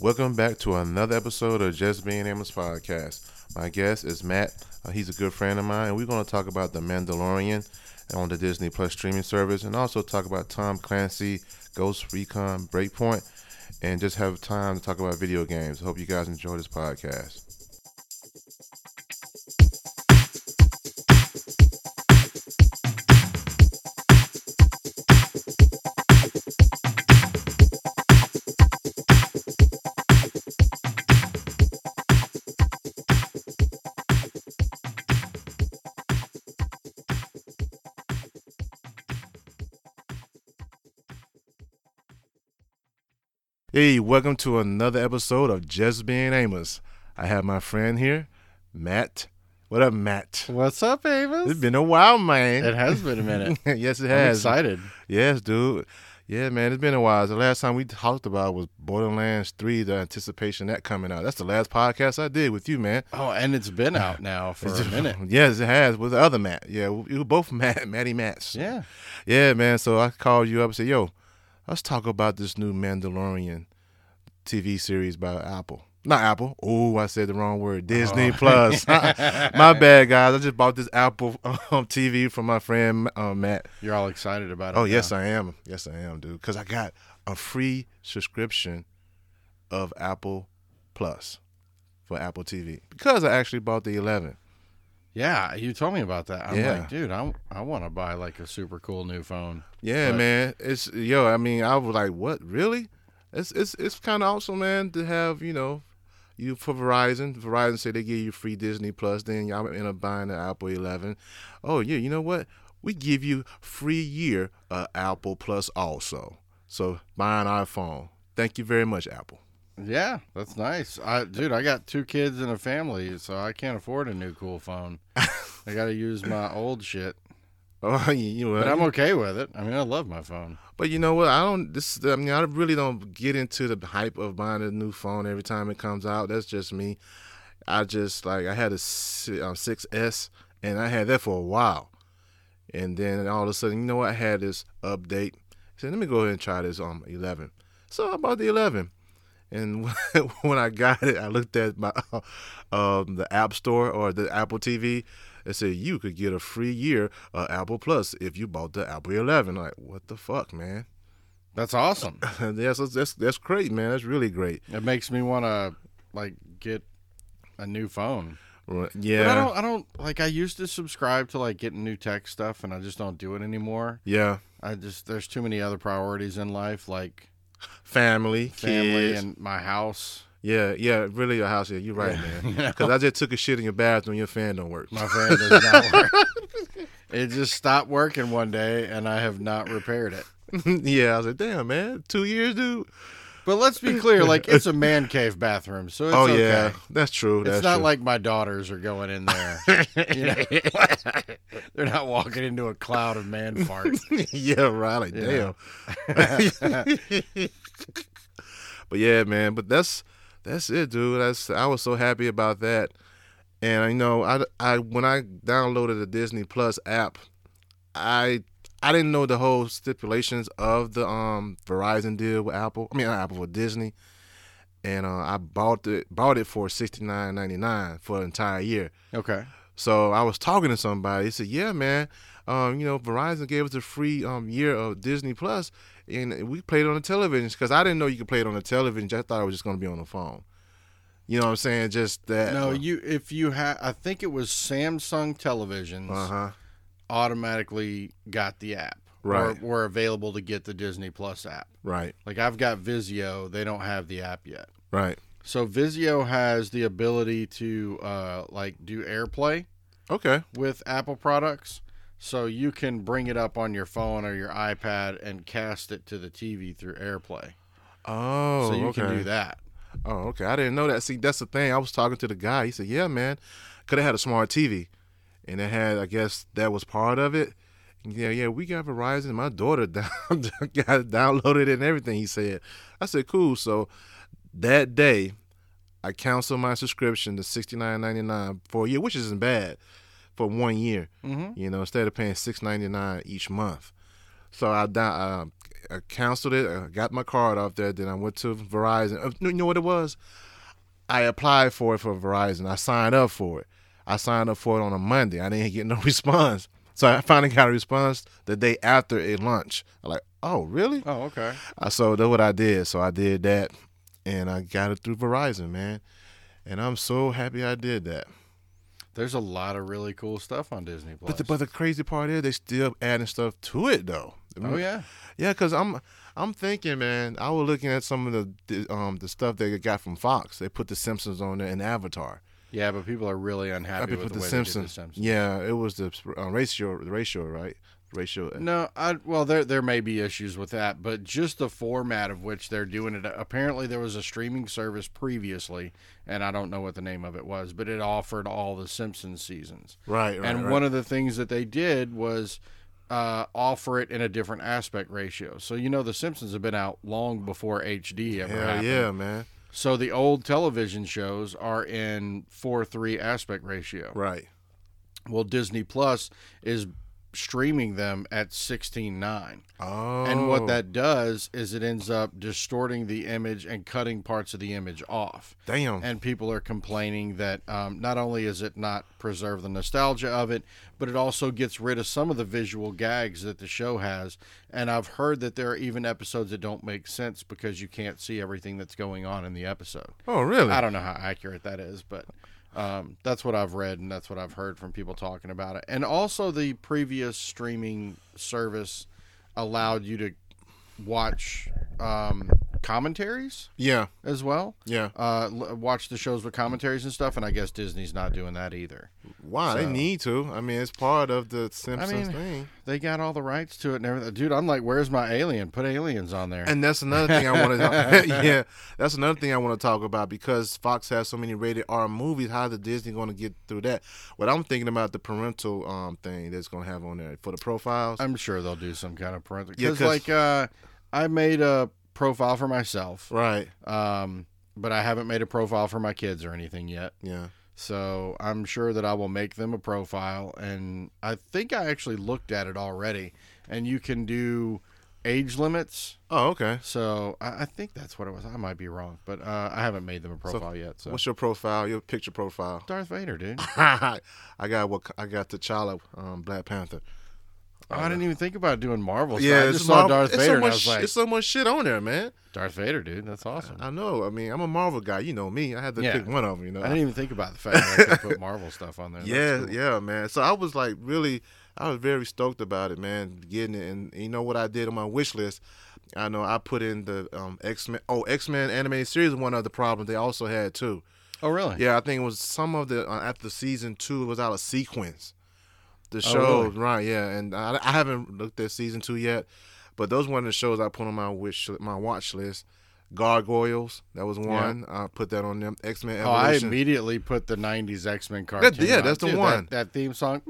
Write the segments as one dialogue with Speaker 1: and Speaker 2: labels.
Speaker 1: Welcome back to another episode of Just Being Amos podcast. My guest is Matt. Uh, he's a good friend of mine, and we're going to talk about The Mandalorian on the Disney Plus streaming service, and also talk about Tom Clancy, Ghost Recon, Breakpoint, and just have time to talk about video games. Hope you guys enjoy this podcast. Hey, welcome to another episode of Just Being Amos. I have my friend here, Matt. What up, Matt?
Speaker 2: What's up, Amos?
Speaker 1: It's been a while, man.
Speaker 2: It has been a minute.
Speaker 1: yes, it
Speaker 2: I'm
Speaker 1: has.
Speaker 2: excited.
Speaker 1: Yes, dude. Yeah, man, it's been a while. The last time we talked about was Borderlands 3, the anticipation that coming out. That's the last podcast I did with you, man.
Speaker 2: Oh, and it's been out now for a minute.
Speaker 1: yes, it has with the other Matt. Yeah, we we were both Matt, Matty Matts.
Speaker 2: Yeah.
Speaker 1: Yeah, man. So I called you up and said, yo, let's talk about this new Mandalorian TV series by Apple. Not Apple. Oh, I said the wrong word.
Speaker 2: Oh.
Speaker 1: Disney Plus. my bad, guys. I just bought this Apple um, TV from my friend um, Matt.
Speaker 2: You're all excited about it.
Speaker 1: Oh yes, I am. Yes, I am, dude. Because I got a free subscription of Apple Plus for Apple TV because I actually bought the 11.
Speaker 2: Yeah, you told me about that. I'm
Speaker 1: Yeah.
Speaker 2: like, dude, I, I want to buy like a super cool new phone.
Speaker 1: Yeah,
Speaker 2: Right.
Speaker 1: man. It's yo. I mean, I was like, what? Really? It's it's it's kind of awesome, man. To have you know, you for Verizon. Verizon say they give you free Disney Plus. Then y'all end up buying the Apple 11. Oh yeah, you know what? We give you free year of Apple Plus also. So buy an iPhone. Thank you very much, Apple.
Speaker 2: Yeah, that's nice. I dude, I got two kids and a family, so I can't afford a new cool phone. I got to use my old shit,
Speaker 1: Oh, you- you know,
Speaker 2: but I'm okay with it. I mean, I love my phone.
Speaker 1: But you know what? I don't. This. I mean, I really don't get into the hype of buying a new phone every time it comes out. That's just me. I just like I had a si- um, 6S and I had that for a while, and then all of a sudden, you know, what? I had this update. I said, let me go ahead and try this um 11. So I bought the 11, and when I got it, I looked at my um the App Store or the Apple TV. It said you could get a free year of Apple Plus if you bought the Apple 11. Like, what the fuck, man?
Speaker 2: That's awesome.
Speaker 1: that's, that's that's great, man. That's really great.
Speaker 2: It makes me want to like get a new phone.
Speaker 1: Right.
Speaker 2: But I
Speaker 1: Yeah,
Speaker 2: don't. I don't like. I used to subscribe to like getting new tech stuff, and I just don't do it anymore.
Speaker 1: yeah.
Speaker 2: I just there's too many other priorities in life, like
Speaker 1: Family,
Speaker 2: family
Speaker 1: kids.
Speaker 2: and my house,
Speaker 1: yeah, yeah. Really, your house. Yeah, you're right, man.
Speaker 2: You know?
Speaker 1: Because I just took a shit in your bathroom. Your fan don't work.
Speaker 2: My fan does not work. it just stopped working one day, and I have not repaired it.
Speaker 1: yeah, I was like, damn, man. Two years, dude.
Speaker 2: But let's be clear, like it's a man cave bathroom, so it's
Speaker 1: oh
Speaker 2: okay.
Speaker 1: yeah, that's true.
Speaker 2: It's
Speaker 1: that's
Speaker 2: not
Speaker 1: true.
Speaker 2: like my daughters are going in there. you know? They're not walking into a cloud of man farts.
Speaker 1: yeah, right. Like,
Speaker 2: You
Speaker 1: damn.
Speaker 2: know.
Speaker 1: But yeah, man. But that's that's it, dude. That's I was so happy about that. And I know I, I when I downloaded the Disney Plus app, I I didn't know the whole stipulations of the um Verizon deal with Apple. I mean, not Apple with Disney. And uh, I bought it bought it for sixty nine ninety nine for an entire year.
Speaker 2: Okay.
Speaker 1: So I was talking to somebody. He said, "Yeah, man, um, you know, Verizon gave us a free um, year of Disney Plus, and we played on the television because I didn't know you could play it on the television. I thought it was just going to be on the phone. You know what I'm saying? Just that. Uh-huh.
Speaker 2: No, you if you had I think it was Samsung televisions
Speaker 1: Uh huh.
Speaker 2: automatically got the app.
Speaker 1: Right.
Speaker 2: Or were available to get the Disney Plus app.
Speaker 1: Right.
Speaker 2: Like I've got Vizio, they don't have the app yet.
Speaker 1: Right.
Speaker 2: So Vizio has the ability to uh like do AirPlay
Speaker 1: Okay.
Speaker 2: with Apple products. So you can bring it up on your phone or your iPad and cast it to the TV through AirPlay.
Speaker 1: Oh.
Speaker 2: so you
Speaker 1: okay.
Speaker 2: can do that.
Speaker 1: Oh, okay. I didn't know that. See, that's the thing. I was talking to the guy. He said, "Yeah, man, could have had a smart TV, and it had. I guess that was part of it. Yeah, yeah. We got Verizon. My daughter down, got it downloaded and everything." He said. I said, "Cool." So that day, I canceled my subscription to sixty nine ninety nine for a year, which isn't bad for one year.
Speaker 2: Mhm.
Speaker 1: You know, instead of paying six ninety nine each month. So I down, uh, I canceled it. I got my card off there. Then I went to Verizon. Uh, You know what it was? I applied for it for Verizon. I signed up for it. I signed up for it on a Monday. I didn't get no response. So I finally got a response the day after a lunch. I'm like, oh, really?
Speaker 2: Oh, okay.
Speaker 1: I so that's what I did. So I did that, and I got it through Verizon, man. And I'm so happy I did that.
Speaker 2: There's a lot of really cool stuff on Disney Plus.
Speaker 1: But the, but the crazy part is they still adding stuff to it though.
Speaker 2: oh yeah,
Speaker 1: Yeah, cause I'm I'm thinking, man. I was looking at some of the, the um the stuff they got from Fox. They put the Simpsons on there and Avatar.
Speaker 2: yeah. But people are really
Speaker 1: I
Speaker 2: unhappy
Speaker 1: put
Speaker 2: with the,
Speaker 1: the
Speaker 2: way They did
Speaker 1: Simpsons.
Speaker 2: the Simpsons.
Speaker 1: Yeah, it was the uh, ratio the ratio right ratio.
Speaker 2: No, I well there there may be issues with that, but just the format of which they're doing it. Apparently, there was a streaming service previously, and I don't know what the name of it was, but it offered all the Simpsons seasons.
Speaker 1: Right, right,
Speaker 2: and
Speaker 1: right.
Speaker 2: one of the things that they did was uh, offer it in a different aspect ratio. So you know, the Simpsons have been out long before HD ever
Speaker 1: Hell
Speaker 2: happened.
Speaker 1: yeah, man.
Speaker 2: So the old television shows are in four three aspect ratio.
Speaker 1: Right.
Speaker 2: Well, Disney Plus is streaming them at sixteen nine.
Speaker 1: Oh,
Speaker 2: And what that does is it ends up distorting the image and cutting parts of the image off.
Speaker 1: Oh, damn.
Speaker 2: And people are complaining that um, not only is it not preserve the nostalgia of it, but it also gets rid of some of the visual gags that the show has. And I've heard that there are even episodes that don't make sense because you can't see everything that's going on in the episode.
Speaker 1: oh, really?
Speaker 2: I don't know how accurate that is, but um, that's what I've read and that's what I've heard from people talking about it. And also, the previous streaming service allowed you to watch um, commentaries
Speaker 1: Yeah,
Speaker 2: as well.
Speaker 1: yeah.
Speaker 2: Uh, l- watch the shows with commentaries and stuff, and I guess Disney's not doing that either.
Speaker 1: Why they
Speaker 2: So-
Speaker 1: need to? I mean, it's part of the Simpsons
Speaker 2: mean,
Speaker 1: thing.
Speaker 2: They got all the rights to it and everything. Dude, I'm like, where's my alien? Put aliens on there.
Speaker 1: And that's another thing I want to. yeah, that's another thing I want to talk about because Fox has so many rated R movies. How the Disney going to get through that? What I'm thinking about the parental um thing that's going to have on there for the profiles.
Speaker 2: I'm sure they'll do some kind of parental.
Speaker 1: Yeah,
Speaker 2: Because,
Speaker 1: 'cause-
Speaker 2: like, uh, I made a profile for myself.
Speaker 1: right.
Speaker 2: um, but I haven't made a profile for my kids or anything yet.
Speaker 1: Yeah.
Speaker 2: So I'm sure that I will make them a profile, and I think I actually looked at it already. And you can do age limits.
Speaker 1: Oh, okay.
Speaker 2: So I, I think that's what it was. I might be wrong, but uh, I haven't made them a profile yet. So
Speaker 1: What's your profile? Your picture profile?
Speaker 2: Darth Vader, dude.
Speaker 1: I got what I got T'Challa, um, Black Panther.
Speaker 2: I didn't even think about doing Marvel.
Speaker 1: yeah,
Speaker 2: Yeah, Oh, I
Speaker 1: it's
Speaker 2: just saw
Speaker 1: Marvel-
Speaker 2: Darth
Speaker 1: it's
Speaker 2: Vader,
Speaker 1: so
Speaker 2: and I
Speaker 1: much.
Speaker 2: was like,
Speaker 1: it's so much shit on there, man.
Speaker 2: Darth Vader, dude. That's awesome. I,
Speaker 1: I know. I mean, I'm a Marvel guy. You know me. I had to
Speaker 2: Yeah.
Speaker 1: pick one of them. You know.
Speaker 2: didn't even think about the fact that I could put Marvel stuff on there. That's
Speaker 1: Yeah,
Speaker 2: cool.
Speaker 1: yeah, man. So I was like really I was very stoked about it, man, getting it and you know what I did on my wish list? I know I put in the um, X Men. Oh, X Men animated series. was One of the problems they also had too.
Speaker 2: Oh, really?
Speaker 1: Yeah, I think it was some of the uh, after season two it was out of sequence. The
Speaker 2: Oh,
Speaker 1: show,
Speaker 2: really?
Speaker 1: right? Yeah, and I, I haven't looked at season two yet, but those one of the shows I put on my wish my watch list. Gargoyles, that was one. I put that on them. X Men
Speaker 2: Oh, I
Speaker 1: Evolution.
Speaker 2: immediately put the '90s X-Men cartoon.
Speaker 1: yeah,
Speaker 2: on,
Speaker 1: that's the
Speaker 2: too. That-
Speaker 1: one.
Speaker 2: That, theme song.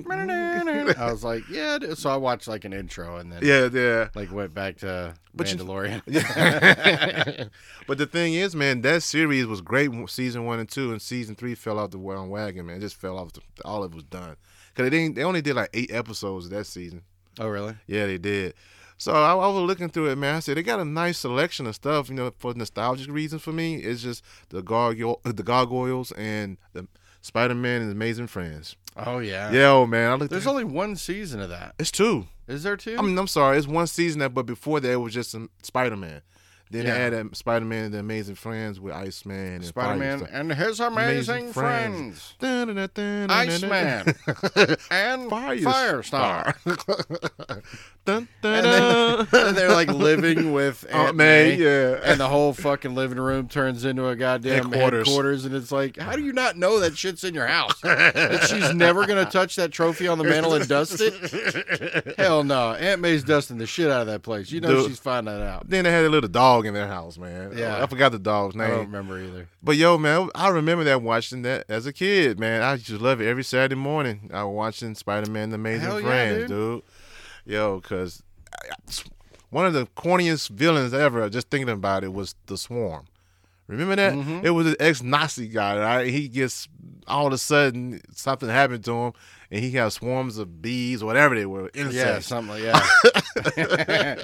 Speaker 2: I was like, yeah. dude. So I watched like an intro and then
Speaker 1: yeah, yeah.
Speaker 2: like went back to
Speaker 1: But you-
Speaker 2: Mandalorian.
Speaker 1: But the thing is, man, that series was great. Season one and two, and season three fell off the wa- wagon, man. It just fell off. The, all of it was done because they didn't. They only did like eight episodes that season.
Speaker 2: oh, really?
Speaker 1: Yeah, they did. So I, I was looking through it, man. I said they got a nice selection of stuff, you know, for nostalgic reasons. For me, it's just the gargoyle, uh, the gargoyles, and the Spider Man and Amazing Friends.
Speaker 2: Oh yeah.
Speaker 1: Yeah, oh man, I looked.
Speaker 2: There's only one season of that.
Speaker 1: it's two.
Speaker 2: Is there two?
Speaker 1: I mean, I'm sorry, it's one season that, but before that, it was just some Spider Man. Then
Speaker 2: Yeah.
Speaker 1: they added Spider Man and the Amazing Friends with Iceman and Fire
Speaker 2: Spider-Man
Speaker 1: stuff.
Speaker 2: and his amazing,
Speaker 1: Amazing
Speaker 2: friends.
Speaker 1: Friends. Dun-dun-dun-dun-dun-dun.
Speaker 2: Iceman and Firestar.
Speaker 1: Firestar. Dun, dun,
Speaker 2: And then,
Speaker 1: dun.
Speaker 2: and they're like living with
Speaker 1: Aunt
Speaker 2: Aunt
Speaker 1: May,
Speaker 2: May.
Speaker 1: Oh, yeah.
Speaker 2: and the whole fucking living room turns into a goddamn headquarters.
Speaker 1: Headquarters.
Speaker 2: and it's like, how do you not know that shit's in your house? that she's never gonna touch that trophy on the mantle and dust it? Hell no, Aunt May's dusting the shit out of that place. You know
Speaker 1: Dude.
Speaker 2: she's finding that out.
Speaker 1: Then they had a little dog in their house, man.
Speaker 2: Yeah.
Speaker 1: I forgot the dog's
Speaker 2: I don't
Speaker 1: name.
Speaker 2: remember either.
Speaker 1: But yo, man, I remember that watching that as a kid, man. I used to love it every Saturday morning. I was watching Spider Man, The Amazing
Speaker 2: Hell yeah,
Speaker 1: Friends,
Speaker 2: dude.
Speaker 1: dude. Yo, because one of the corniest villains ever, just thinking about it, was The Swarm. Remember that?
Speaker 2: Mm-hmm.
Speaker 1: It was an ex-Nazi guy. Right? He gets all of a sudden something happened to him, and he got swarms of bees, whatever they were,
Speaker 2: Yeah,
Speaker 1: insects.
Speaker 2: something like yeah.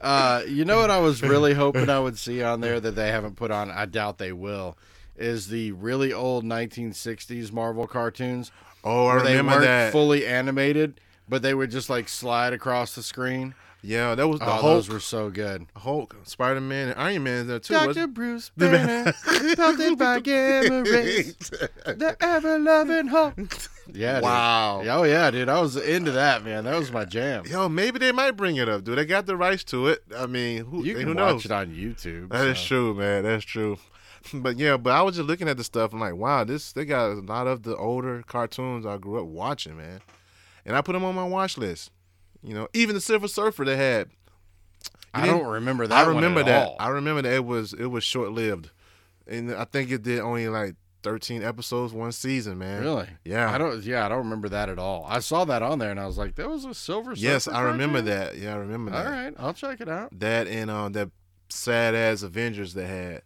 Speaker 2: uh, you know what I was really hoping I would see on there that they haven't put on. I doubt they will. Is the really old 1960s Marvel cartoons
Speaker 1: Oh, I
Speaker 2: where they
Speaker 1: remember
Speaker 2: weren't
Speaker 1: that.
Speaker 2: fully animated, but they would just like slide across the screen.
Speaker 1: yeah, that was the
Speaker 2: oh,
Speaker 1: Hulk,
Speaker 2: those were so good.
Speaker 1: Hulk, Spider-Man, and Iron Man in there too.
Speaker 2: Doctor
Speaker 1: wasn't
Speaker 2: Bruce Banner, pelted by gamma rays, the ever-loving Hulk. Yeah. dude.
Speaker 1: Wow.
Speaker 2: Oh yeah, dude. I was into that man. That was my jam.
Speaker 1: Yo, maybe they might bring it up, dude. They got the rights to it. I mean, who,
Speaker 2: You can
Speaker 1: who
Speaker 2: watch
Speaker 1: knows?
Speaker 2: it on YouTube.
Speaker 1: That is
Speaker 2: so.
Speaker 1: true, man. That's true. But yeah, but I was just looking at the stuff. I'm like, wow, this they got a lot of the older cartoons I grew up watching, man. And I put them on my watch list. You know, even the Silver Surfer they had.
Speaker 2: I
Speaker 1: didn't-
Speaker 2: don't remember that.
Speaker 1: I remember
Speaker 2: one at
Speaker 1: that.
Speaker 2: all.
Speaker 1: I remember that it was it was short lived, and I think it did only like 13 episodes, one season, man.
Speaker 2: really.
Speaker 1: Yeah.
Speaker 2: I don't. Yeah, I don't remember that at all. I saw that on there, and I was like, "That was a silver."
Speaker 1: yes,
Speaker 2: Surfer
Speaker 1: I remember
Speaker 2: cartoon?
Speaker 1: that. Yeah, I remember that.
Speaker 2: All right, I'll check it out.
Speaker 1: That and um, that sad ass Avengers they had.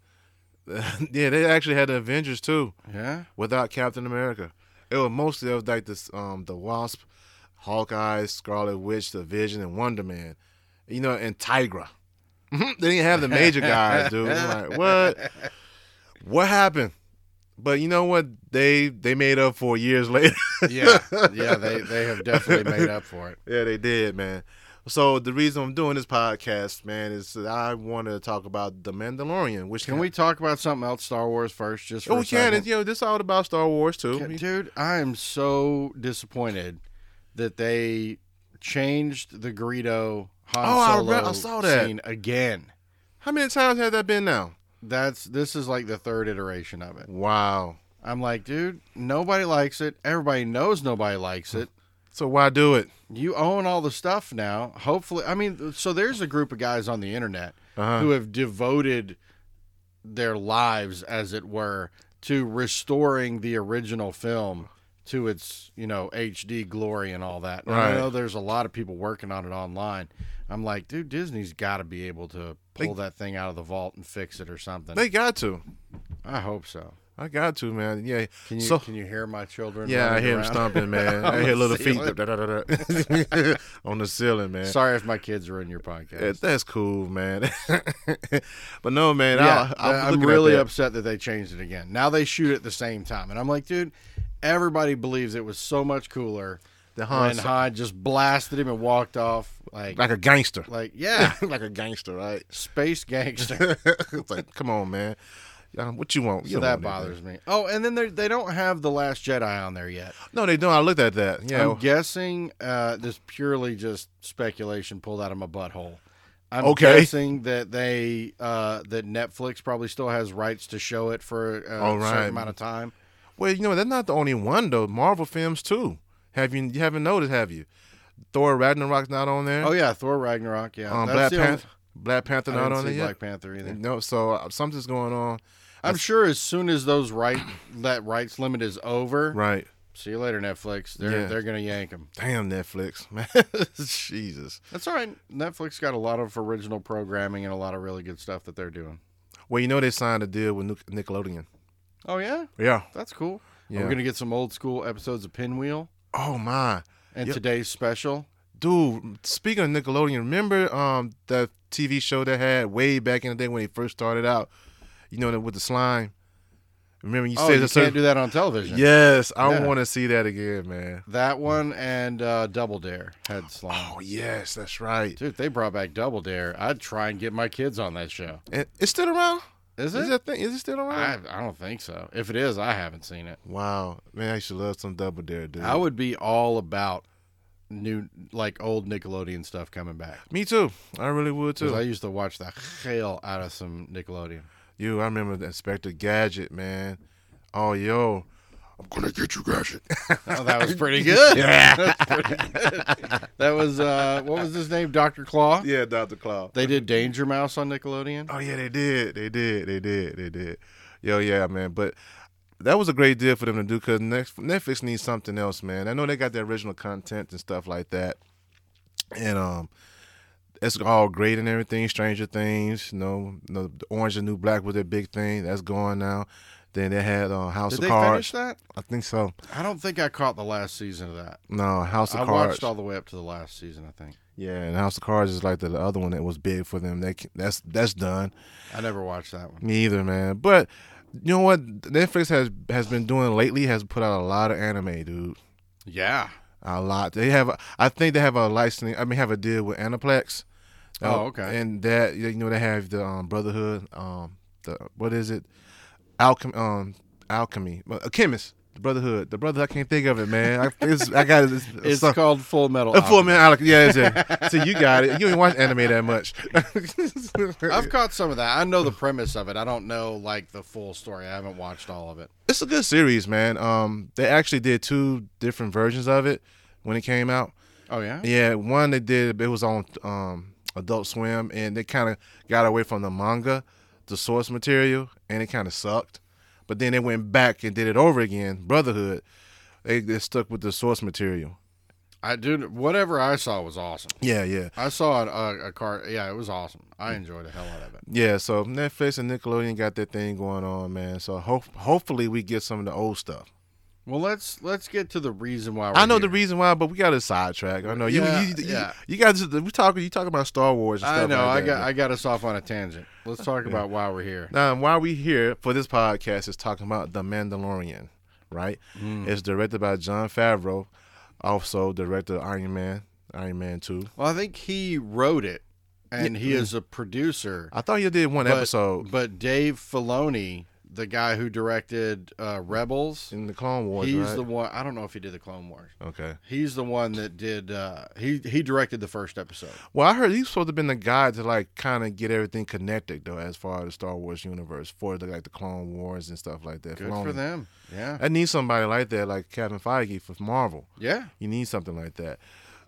Speaker 1: yeah, they actually had the Avengers too.
Speaker 2: Yeah.
Speaker 1: without Captain America. It was mostly it was like this um the Wasp, Hawkeye, Scarlet Witch, the Vision, and Wonder Man. You know, and Tigra. Mhm, they didn't have the major guys, dude. I'm like, what? What happened? But you know what? They they made up for years later.
Speaker 2: Yeah. yeah. They they have definitely made up for it.
Speaker 1: yeah, they did, man. So the reason I'm doing this podcast, man, is that I wanted to talk about the Mandalorian. Which
Speaker 2: Can we talk about something else Star Wars first? Just for
Speaker 1: Oh,
Speaker 2: a
Speaker 1: we can.
Speaker 2: second?
Speaker 1: It's, you know, this is all about Star Wars too.
Speaker 2: Yeah, Dude, I am so disappointed that they changed the Greedo Han
Speaker 1: Oh, I
Speaker 2: Solo
Speaker 1: re- I saw that.
Speaker 2: scene again.
Speaker 1: How many times has that been now?
Speaker 2: That's this is like the third iteration of it.
Speaker 1: Wow.
Speaker 2: I'm like, dude, nobody likes it. Everybody knows nobody likes it.
Speaker 1: So why do it?
Speaker 2: You own all the stuff now. Hopefully, I mean, so there's a group of guys on the internet
Speaker 1: Uh-huh.
Speaker 2: who have devoted their lives, as it were, to restoring the original film to its, you know, HD glory and all that. And I
Speaker 1: Right.
Speaker 2: know there's a lot of people working on it online. I'm like, dude, Disney's got to be able to pull that thing out of the vault and fix it or something.
Speaker 1: They got to.
Speaker 2: I hope so.
Speaker 1: I got to, man. Yeah.
Speaker 2: Can you
Speaker 1: So-
Speaker 2: can you hear my children?
Speaker 1: Yeah, I
Speaker 2: running
Speaker 1: hear him
Speaker 2: around?
Speaker 1: stomping, man.
Speaker 2: On
Speaker 1: I hear
Speaker 2: the
Speaker 1: little feet
Speaker 2: ceiling.
Speaker 1: da-da-da-da, on the ceiling, man.
Speaker 2: Sorry if my kids are in your podcast.
Speaker 1: Yeah, that's cool, man. but no, man.
Speaker 2: Yeah,
Speaker 1: I,
Speaker 2: I,
Speaker 1: I'm,
Speaker 2: am
Speaker 1: looking at
Speaker 2: really
Speaker 1: that.
Speaker 2: upset that they changed it again. Now they shoot at the same time, and I'm like, dude, everybody believes it was so much cooler
Speaker 1: The
Speaker 2: when
Speaker 1: Hans,
Speaker 2: Han just blasted him and walked off like, like,
Speaker 1: like a gangster,
Speaker 2: yeah,
Speaker 1: like a gangster, right?
Speaker 2: space gangster.
Speaker 1: it's like, come on, man. Um, What you want? You
Speaker 2: So
Speaker 1: don't
Speaker 2: that
Speaker 1: want anything.
Speaker 2: bothers me. Oh, and then they they don't have the Last Jedi on there yet.
Speaker 1: No, they don't. I looked at that. Yeah.
Speaker 2: I'm guessing uh, this purely just speculation pulled out of my butthole. I'm
Speaker 1: Okay.
Speaker 2: guessing that they uh, that Netflix probably still has rights to show it for uh, a
Speaker 1: All
Speaker 2: certain
Speaker 1: right.
Speaker 2: amount of time.
Speaker 1: Well, you know that's not the only one though. Marvel films too. Have you? You haven't noticed, have you? Thor Ragnarok's not on there.
Speaker 2: Oh yeah, Thor Ragnarok. Yeah,
Speaker 1: um,
Speaker 2: That's
Speaker 1: Black
Speaker 2: the only-
Speaker 1: Panther. Black Panther
Speaker 2: I
Speaker 1: not
Speaker 2: didn't
Speaker 1: on
Speaker 2: see
Speaker 1: there yet.
Speaker 2: Black Panther either.
Speaker 1: No, so uh, something's going on.
Speaker 2: I'm sure as soon as those right that rights limit is over,
Speaker 1: Right.
Speaker 2: see you later Netflix. They're
Speaker 1: Yeah.
Speaker 2: they're gonna yank them.
Speaker 1: Damn Netflix, man. Jesus.
Speaker 2: That's all right. Netflix got a lot of original programming and a lot of really good stuff that they're doing.
Speaker 1: Well, you know they signed a deal with Nic- Nickelodeon.
Speaker 2: Oh yeah,
Speaker 1: Yeah.
Speaker 2: that's cool.
Speaker 1: Yeah.
Speaker 2: We're gonna get some old school episodes of Pinwheel
Speaker 1: Oh my,
Speaker 2: and
Speaker 1: Yep.
Speaker 2: today's special.
Speaker 1: dude. Speaking of Nickelodeon, remember um that TV show they had way back in the day when they first started out? You know, with the slime. Remember you
Speaker 2: oh,
Speaker 1: said
Speaker 2: you
Speaker 1: a
Speaker 2: can't
Speaker 1: certain-
Speaker 2: do that on television.
Speaker 1: Yes, I
Speaker 2: Yeah.
Speaker 1: want to see that again, man.
Speaker 2: That one and uh, Double Dare had slime.
Speaker 1: Oh yes, that's right.
Speaker 2: Dude, if they brought back Double Dare. I'd try and get my kids on that show.
Speaker 1: And it's still around.
Speaker 2: Is it?
Speaker 1: Is that thing? Is it still around?
Speaker 2: I, I don't think so. If it is, I haven't seen it.
Speaker 1: wow, man, I should love some Double Dare, dude.
Speaker 2: I would be all about new, like old Nickelodeon stuff coming back.
Speaker 1: Me too. I really would
Speaker 2: 'Cause
Speaker 1: too.
Speaker 2: I used to watch the hell out of some Nickelodeon.
Speaker 1: You, I remember the Inspector Gadget, man. Oh, yo. I'm gonna get you, Gadget.
Speaker 2: Oh, that was pretty good.
Speaker 1: yeah.
Speaker 2: That was uh, what was his name? Doctor Claw.
Speaker 1: yeah, Dr. Claw.
Speaker 2: They did Danger Mouse on Nickelodeon.
Speaker 1: Oh, yeah, they did. They did. They did. They did. Yo, yeah, man. But that was a great deal for them to do because Netflix needs something else, man. I know they got the original content and stuff like that. And um, it's all great and everything. Stranger Things, you know, the the Orange and New Black was their big thing. That's gone now. Then they had uh, House
Speaker 2: Did
Speaker 1: of
Speaker 2: they
Speaker 1: Cards.
Speaker 2: finish that?
Speaker 1: I think so.
Speaker 2: I don't think I caught the last season of that.
Speaker 1: No, House of
Speaker 2: I
Speaker 1: Cards.
Speaker 2: watched all the way up to the last season. I think
Speaker 1: yeah, and House of Cards is like the, the other one that was big for them. They c- that's that's done.
Speaker 2: I never watched that one.
Speaker 1: Me either, man. But you know what? Netflix has has been doing lately has put out a lot of anime, dude.
Speaker 2: Yeah.
Speaker 1: A lot. They have. a- I think they have a licensing. I mean, have a deal with Aniplex.
Speaker 2: Oh, okay.
Speaker 1: And that you know they have the um, Brotherhood. Um, the what is it? Alchem um, alchemy. Well, A chemist. The Brotherhood. The Brotherhood. I can't think of it, man. I, it's, I got it. It's,
Speaker 2: It's
Speaker 1: some-
Speaker 2: called Full Metal.
Speaker 1: a full
Speaker 2: Alchemist.
Speaker 1: man, Alec. Yeah, it's it. So you got it. You ain't watch anime that much.
Speaker 2: I've caught some of that. I know the premise of it. I don't know like the full story. I haven't watched all of it.
Speaker 1: it's a good series, man. Um, they actually did two different versions of it when it came out.
Speaker 2: Oh yeah.
Speaker 1: Yeah, one they did it was on um, Adult Swim, and they kind of got away from the manga, the source material, and it kind of sucked. But then they went back and did it over again, Brotherhood. They, they stuck with the source material.
Speaker 2: I do. Whatever I saw was awesome.
Speaker 1: Yeah, yeah,
Speaker 2: I saw an- a, a car. Yeah, it was awesome. I enjoyed the hell out of it.
Speaker 1: yeah. So Netflix and Nickelodeon got their thing going on, man. So ho- hopefully we get some of the old stuff.
Speaker 2: Well, let's let's get to the reason why. We're
Speaker 1: I know
Speaker 2: here.
Speaker 1: the reason why, but we got to sidetrack. I know you.
Speaker 2: Yeah,
Speaker 1: you, you,
Speaker 2: yeah.
Speaker 1: you guys, we talking. You talking about Star Wars? And stuff
Speaker 2: I know.
Speaker 1: like
Speaker 2: I
Speaker 1: that.
Speaker 2: got I got us off on a tangent. Let's talk about why we're here.
Speaker 1: Now, and why we here for this podcast is talking about The Mandalorian, right?
Speaker 2: Mm.
Speaker 1: It's directed by John Favreau, also directed Iron Man, Iron Man Two.
Speaker 2: Well, I think he wrote it, and he is a producer.
Speaker 1: I thought you did one
Speaker 2: But-
Speaker 1: episode
Speaker 2: But Dave Filoni, the guy who directed uh, Rebels,
Speaker 1: in the Clone Wars,
Speaker 2: he's
Speaker 1: right?
Speaker 2: the one. I don't know if he did the Clone Wars.
Speaker 1: okay.
Speaker 2: He's the one that did. Uh, he he directed the first episode.
Speaker 1: Well, I heard he's supposed to have been the guy to like kind of get everything connected though, as far as the Star Wars universe for the like the Clone Wars and stuff like that.
Speaker 2: Good
Speaker 1: Filoni.
Speaker 2: for them. Yeah.
Speaker 1: I need somebody like that, like Kevin Feige for Marvel.
Speaker 2: Yeah.
Speaker 1: You need something like that.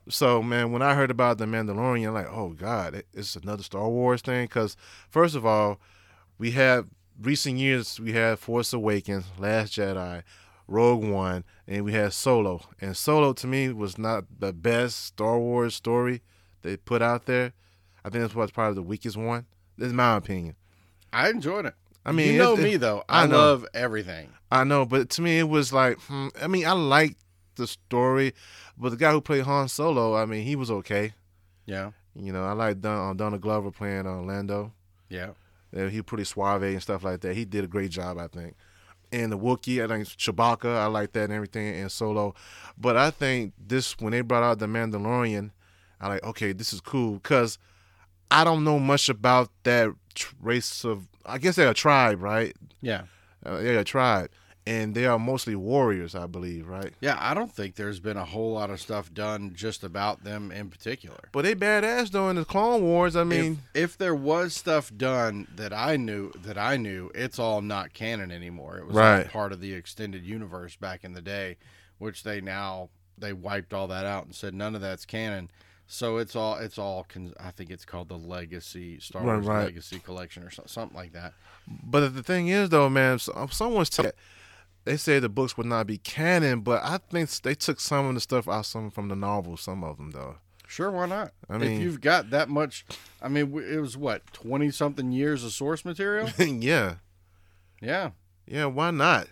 Speaker 1: So man, when I heard about the Mandalorian, like, oh god, it- it's another Star Wars thing. Because first of all, we have recent years we had Force Awakens, Last Jedi, Rogue One, and we had Solo. And Solo to me was not the best Star Wars story they put out there. I think that's what's probably the weakest one. This is my opinion.
Speaker 2: I enjoyed it.
Speaker 1: I mean,
Speaker 2: you know
Speaker 1: it- it-
Speaker 2: me though. I,
Speaker 1: I know.
Speaker 2: love everything.
Speaker 1: I know, but to me, it was like, hmm, I mean, I liked the story, but the guy who played Han Solo, I mean, he was okay.
Speaker 2: Yeah.
Speaker 1: You know, I like Don, uh, Donald Glover playing uh, Lando.
Speaker 2: Yeah.
Speaker 1: Uh, he pretty suave and stuff like that. He did a great job, I think. And the Wookiee, I think Chewbacca, I like that and everything, and Solo. But I think this, when they brought out The Mandalorian, I like, okay, this is cool because I don't know much about that tr- race of, I guess they're a tribe, right?
Speaker 2: Yeah.
Speaker 1: Uh, they're a tribe. And they are mostly warriors, I believe, right?
Speaker 2: Yeah, I don't think there's been a whole lot of stuff done just about them in particular.
Speaker 1: But they badass though in the Clone Wars. I mean,
Speaker 2: if, if there was stuff done that I knew that I knew, it's all not canon anymore. It was all
Speaker 1: Right.
Speaker 2: part of the extended universe back in the day, which they now they wiped all that out and said none of that's canon. So it's all it's all con- I think it's called the Legacy Star
Speaker 1: Right,
Speaker 2: Wars
Speaker 1: right.
Speaker 2: Legacy Collection or so- something like that.
Speaker 1: But the thing is, though, man, so- someone's t- they say the books would not be canon, but I think they took some of the stuff out some from the novels, some of them though.
Speaker 2: Sure, why not?
Speaker 1: I
Speaker 2: if
Speaker 1: mean-
Speaker 2: you've got that much, I mean, w- it was what twenty something years of source material.
Speaker 1: yeah,
Speaker 2: yeah,
Speaker 1: yeah, why not?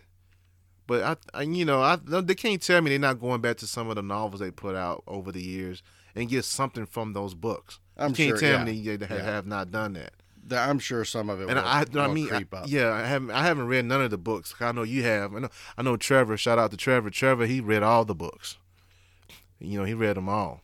Speaker 1: But I, I, you know, I no, they can't tell me they're not going back to some of the novels they put out over the years and get something from those books.
Speaker 2: I'm
Speaker 1: you can't
Speaker 2: sure,
Speaker 1: tell
Speaker 2: yeah.
Speaker 1: me they, they ha-
Speaker 2: Yeah.
Speaker 1: have not done that.
Speaker 2: Th- I'm sure some of it.
Speaker 1: And
Speaker 2: will,
Speaker 1: I, I
Speaker 2: will
Speaker 1: mean, I-
Speaker 2: creep up.
Speaker 1: yeah, I haven't, I haven't read none of the books. I know you have. I know, I know Trevor. Shout out to Trevor. Trevor, he read all the books. You know, he read them all.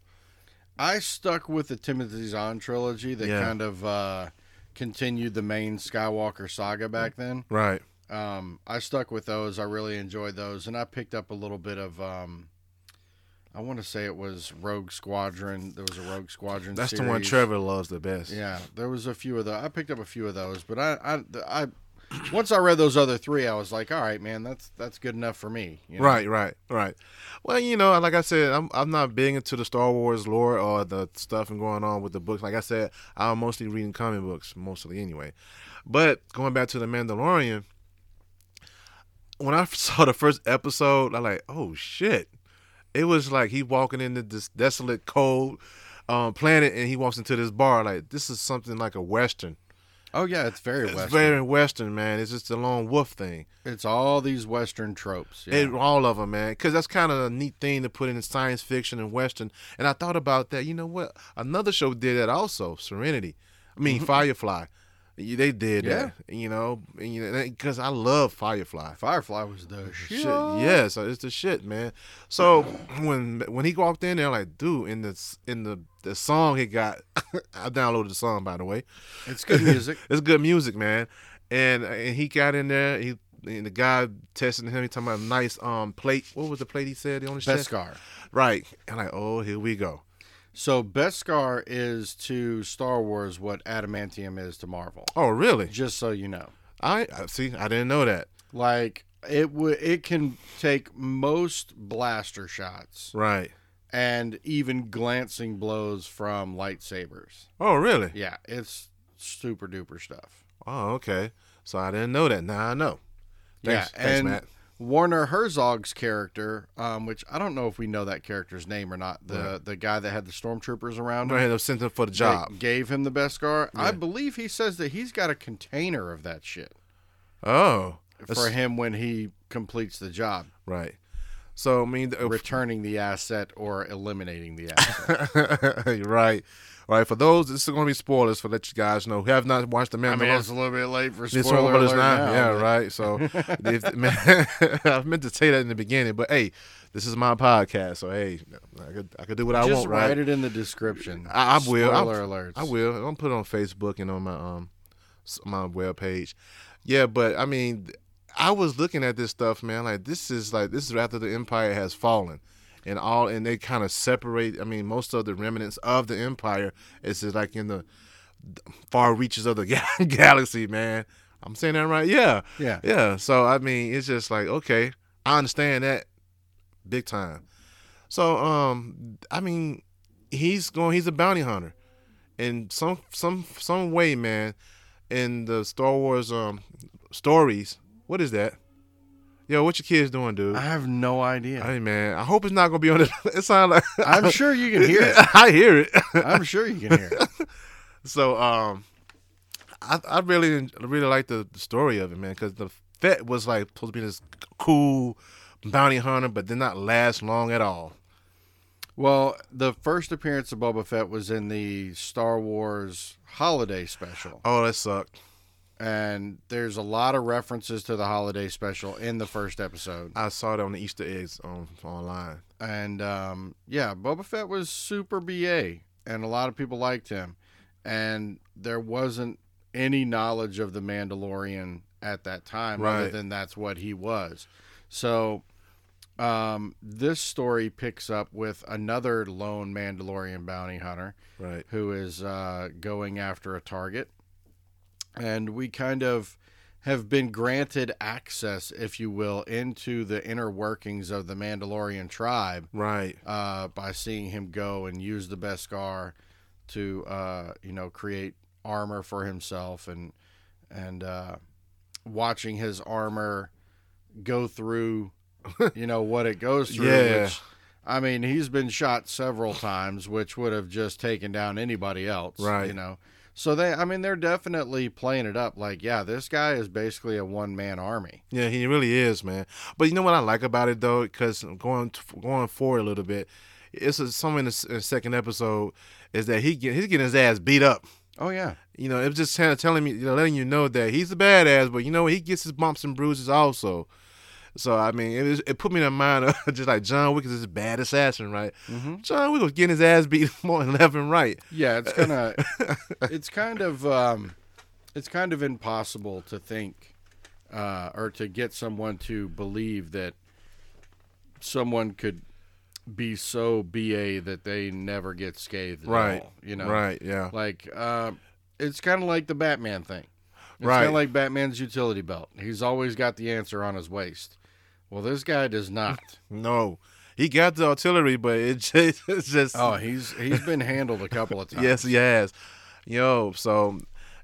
Speaker 2: I stuck with the Timothy Zahn trilogy that
Speaker 1: Yeah.
Speaker 2: kind of uh, continued the main Skywalker saga
Speaker 1: Mm.
Speaker 2: back then.
Speaker 1: Right.
Speaker 2: Um, I stuck with those. I really enjoyed those, and I picked up a little bit of. Um, I want to say it was Rogue Squadron. There was a Rogue Squadron.
Speaker 1: That's the one
Speaker 2: series.
Speaker 1: Trevor loves the best.
Speaker 2: Yeah, there was a few of those. I picked up a few of those, but I, I, the- I, once I read those other three, I was like, all right, man, that's that's good enough for me. you know?
Speaker 1: Right, right, right. Well, you know, like I said, I'm I'm not big into the Star Wars lore or the stuff and going on with the books. Like I said, I'm mostly reading comic books, mostly anyway. But going back to the Mandalorian, when I saw the first episode, I like, oh shit! It was like he walking in the this desolate, cold, um, planet, and he walks into this bar. Like this is something like a western.
Speaker 2: Oh yeah, it's very
Speaker 1: It's
Speaker 2: western.
Speaker 1: very western, man. It's just the lone wolf thing.
Speaker 2: It's all these western tropes. Yeah.
Speaker 1: It, all of them, man. Because that's kind of a neat thing to put in science fiction and western. And I thought about that. You know what? Another show did that also. Serenity. I mean, Firefly. You- They did that. You know, and, you know, because I love Firefly.
Speaker 2: Firefly was the shit.
Speaker 1: Shit, yeah, so it's the shit, man. So when when he walked in there, like, dude, in the in the the song he got, I downloaded the song by the way.
Speaker 2: It's good music.
Speaker 1: It's good music, man. And and he got in there. He and the guy testing him. He talking about a nice um plate. What was the plate he said? The only chest?
Speaker 2: Beskar.
Speaker 1: right. And like, oh, here we go.
Speaker 2: So Beskar is to Star Wars what adamantium is to Marvel.
Speaker 1: Oh, really?
Speaker 2: Just so you know,
Speaker 1: I I- see. I didn't know that.
Speaker 2: like it would, it can take most blaster shots
Speaker 1: Right.
Speaker 2: and even glancing blows from lightsabers.
Speaker 1: Oh, really?
Speaker 2: Yeah, it's super duper stuff.
Speaker 1: Oh, okay. So I didn't know that. Now I know. Thanks,
Speaker 2: yeah,
Speaker 1: thanks,
Speaker 2: and
Speaker 1: Matt.
Speaker 2: Warner Herzog's character, um, which I don't know if we know that character's name or not. The the guy that had the stormtroopers around
Speaker 1: Go
Speaker 2: him.
Speaker 1: ahead. I'm sending him for the
Speaker 2: they
Speaker 1: job.
Speaker 2: gave him the Beskar. I believe he says that he's got a container of that shit
Speaker 1: Oh,
Speaker 2: for him when he completes the job,
Speaker 1: right. So I mean, the-
Speaker 2: returning the asset or eliminating the asset.
Speaker 1: You're right. All right, for those, this is going to be spoilers for let you guys know who have not watched the
Speaker 2: I mean,
Speaker 1: Mandalorian.
Speaker 2: it's a little bit late for
Speaker 1: This
Speaker 2: spoiler
Speaker 1: one was
Speaker 2: alert
Speaker 1: not-
Speaker 2: now,
Speaker 1: yeah,
Speaker 2: but-
Speaker 1: right. So, if, man, I meant to say that in the beginning, but hey, this is my podcast, so hey, I could I could do what I
Speaker 2: Just
Speaker 1: want,
Speaker 2: write
Speaker 1: right?
Speaker 2: it in the description.
Speaker 1: I- I will. I'll-
Speaker 2: Spoiler alerts.
Speaker 1: I will. I'm gonna put it on Facebook and on my um s- my web page. Yeah, but I mean, I was looking at this stuff, man. Like this is like this is after the empire has fallen, and all and they kind of separate. I mean, most of the remnants of the empire is just like in the far reaches of the ga- galaxy, man. I'm saying that right? Yeah,
Speaker 2: Yeah.
Speaker 1: yeah. So I mean, it's just like okay, I understand that big time. So um, I mean, he's going. He's a bounty hunter, in some some some way, man. In the Star Wars um stories, what is that? Yo, what your kids doing, dude?
Speaker 2: I have no idea.
Speaker 1: hey man, I hope it's not gonna be on the. It sounds like
Speaker 2: I'm sure you can hear it.
Speaker 1: I hear it.
Speaker 2: I'm sure you can hear it.
Speaker 1: So um, I I really really like the, the story of it, man, because the Fett was like supposed to be this cool bounty hunter, but did not last long at all.
Speaker 2: Well, the first appearance of Boba Fett was in the Star Wars holiday special.
Speaker 1: Oh, that sucked.
Speaker 2: And there's a lot of references to the holiday special in the first episode.
Speaker 1: I saw that on the Easter eggs on online.
Speaker 2: And um, yeah, Boba Fett was super BA, and a lot of people liked him. And there wasn't any knowledge of the Mandalorian at that time, other
Speaker 1: Right.
Speaker 2: than that's what he was. So um, this story picks up with another lone Mandalorian bounty hunter.
Speaker 1: Right.
Speaker 2: who is uh, going after a target. And we kind of have been granted access, if you will, into the inner workings of the Mandalorian tribe
Speaker 1: Right.
Speaker 2: uh, by seeing him go and use the Beskar to, uh, you know, create armor for himself and and uh, watching his armor go through, you know, what it goes through.
Speaker 1: Yeah.
Speaker 2: Which, I mean, he's been shot several times, which would have just taken down anybody else,
Speaker 1: Right.
Speaker 2: You know. So they, I mean, they're definitely playing it up. Like, yeah, this guy is basically a one man army.
Speaker 1: Yeah, he really is, man. But you know what I like about it though, because going going forward a little bit, it's a, something in the s- in the second episode is that he get, he's getting his ass beat up.
Speaker 2: Oh yeah,
Speaker 1: You know, it's just kind of telling me, you know, letting you know that he's a badass, but you know he gets his bumps and bruises also. So I mean, it, was- it put me in the mind of just like John Wick is this bad assassin, right?
Speaker 2: mm-hmm.
Speaker 1: John Wick was getting his ass beat more than left and right.
Speaker 2: Yeah, it's gonna. it's kind of. Um, it's kind of impossible to think, uh, or to get someone to believe that someone could be so ba that they never get scathed. at
Speaker 1: Right,
Speaker 2: all, you know.
Speaker 1: Right? Yeah.
Speaker 2: Like, uh, it's kind of like the Batman thing. It's
Speaker 1: Right.
Speaker 2: Kind of like Batman's utility belt. He's always got the answer on his waist. Well, this guy does not.
Speaker 1: No, he got the artillery, but it just, it's just
Speaker 2: oh, he's he's been handled a couple of times.
Speaker 1: Yes, yes. Yo, so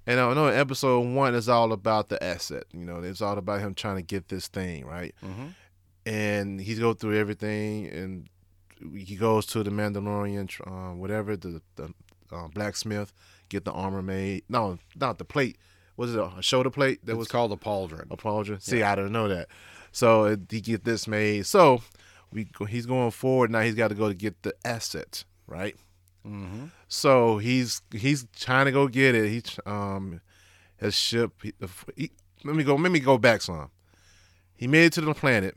Speaker 1: and I know episode one is all about the asset. You know, it's all about Mm-hmm. him trying to get this thing, right?
Speaker 2: Mhm.
Speaker 1: And he's go through everything and he goes to the Mandalorian, um, whatever the the uh, blacksmith, get the armor made. No, not the plate. Was it a shoulder plate that
Speaker 2: It was
Speaker 1: was
Speaker 2: called a pauldron.
Speaker 1: a pauldron? See, I didn't know that. So uh, he get this made. So we go- he's going forward now. He's got to go to get the asset, right?
Speaker 2: Mm-hmm.
Speaker 1: So he's he's trying to go get it. He um his ship. He, the, he, let me go. Let me go back some. He made it to the planet,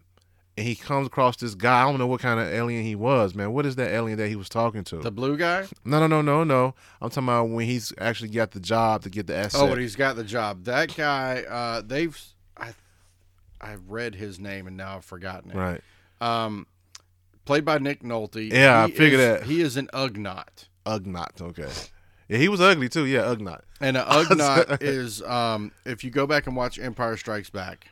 Speaker 1: and he comes across this guy. I don't know what kind of alien he was, man. What is that alien that he was talking to?
Speaker 2: The blue guy.
Speaker 1: no, no, no, no, no. I'm talking about when he's actually got the job to get the asset.
Speaker 2: Oh, but he's got the job. That guy. Uh, they've. I. I read his name and now I've forgotten it.
Speaker 1: right.
Speaker 2: Um, played by Nick Nolte.
Speaker 1: Yeah, I
Speaker 2: He
Speaker 1: figured
Speaker 2: is-
Speaker 1: that.
Speaker 2: He is an Ugnaught.
Speaker 1: Ugnot. Okay. Yeah, he was ugly too. Yeah, Ugnot.
Speaker 2: And an Ugnaught is, um, if you go back and watch Empire Strikes Back,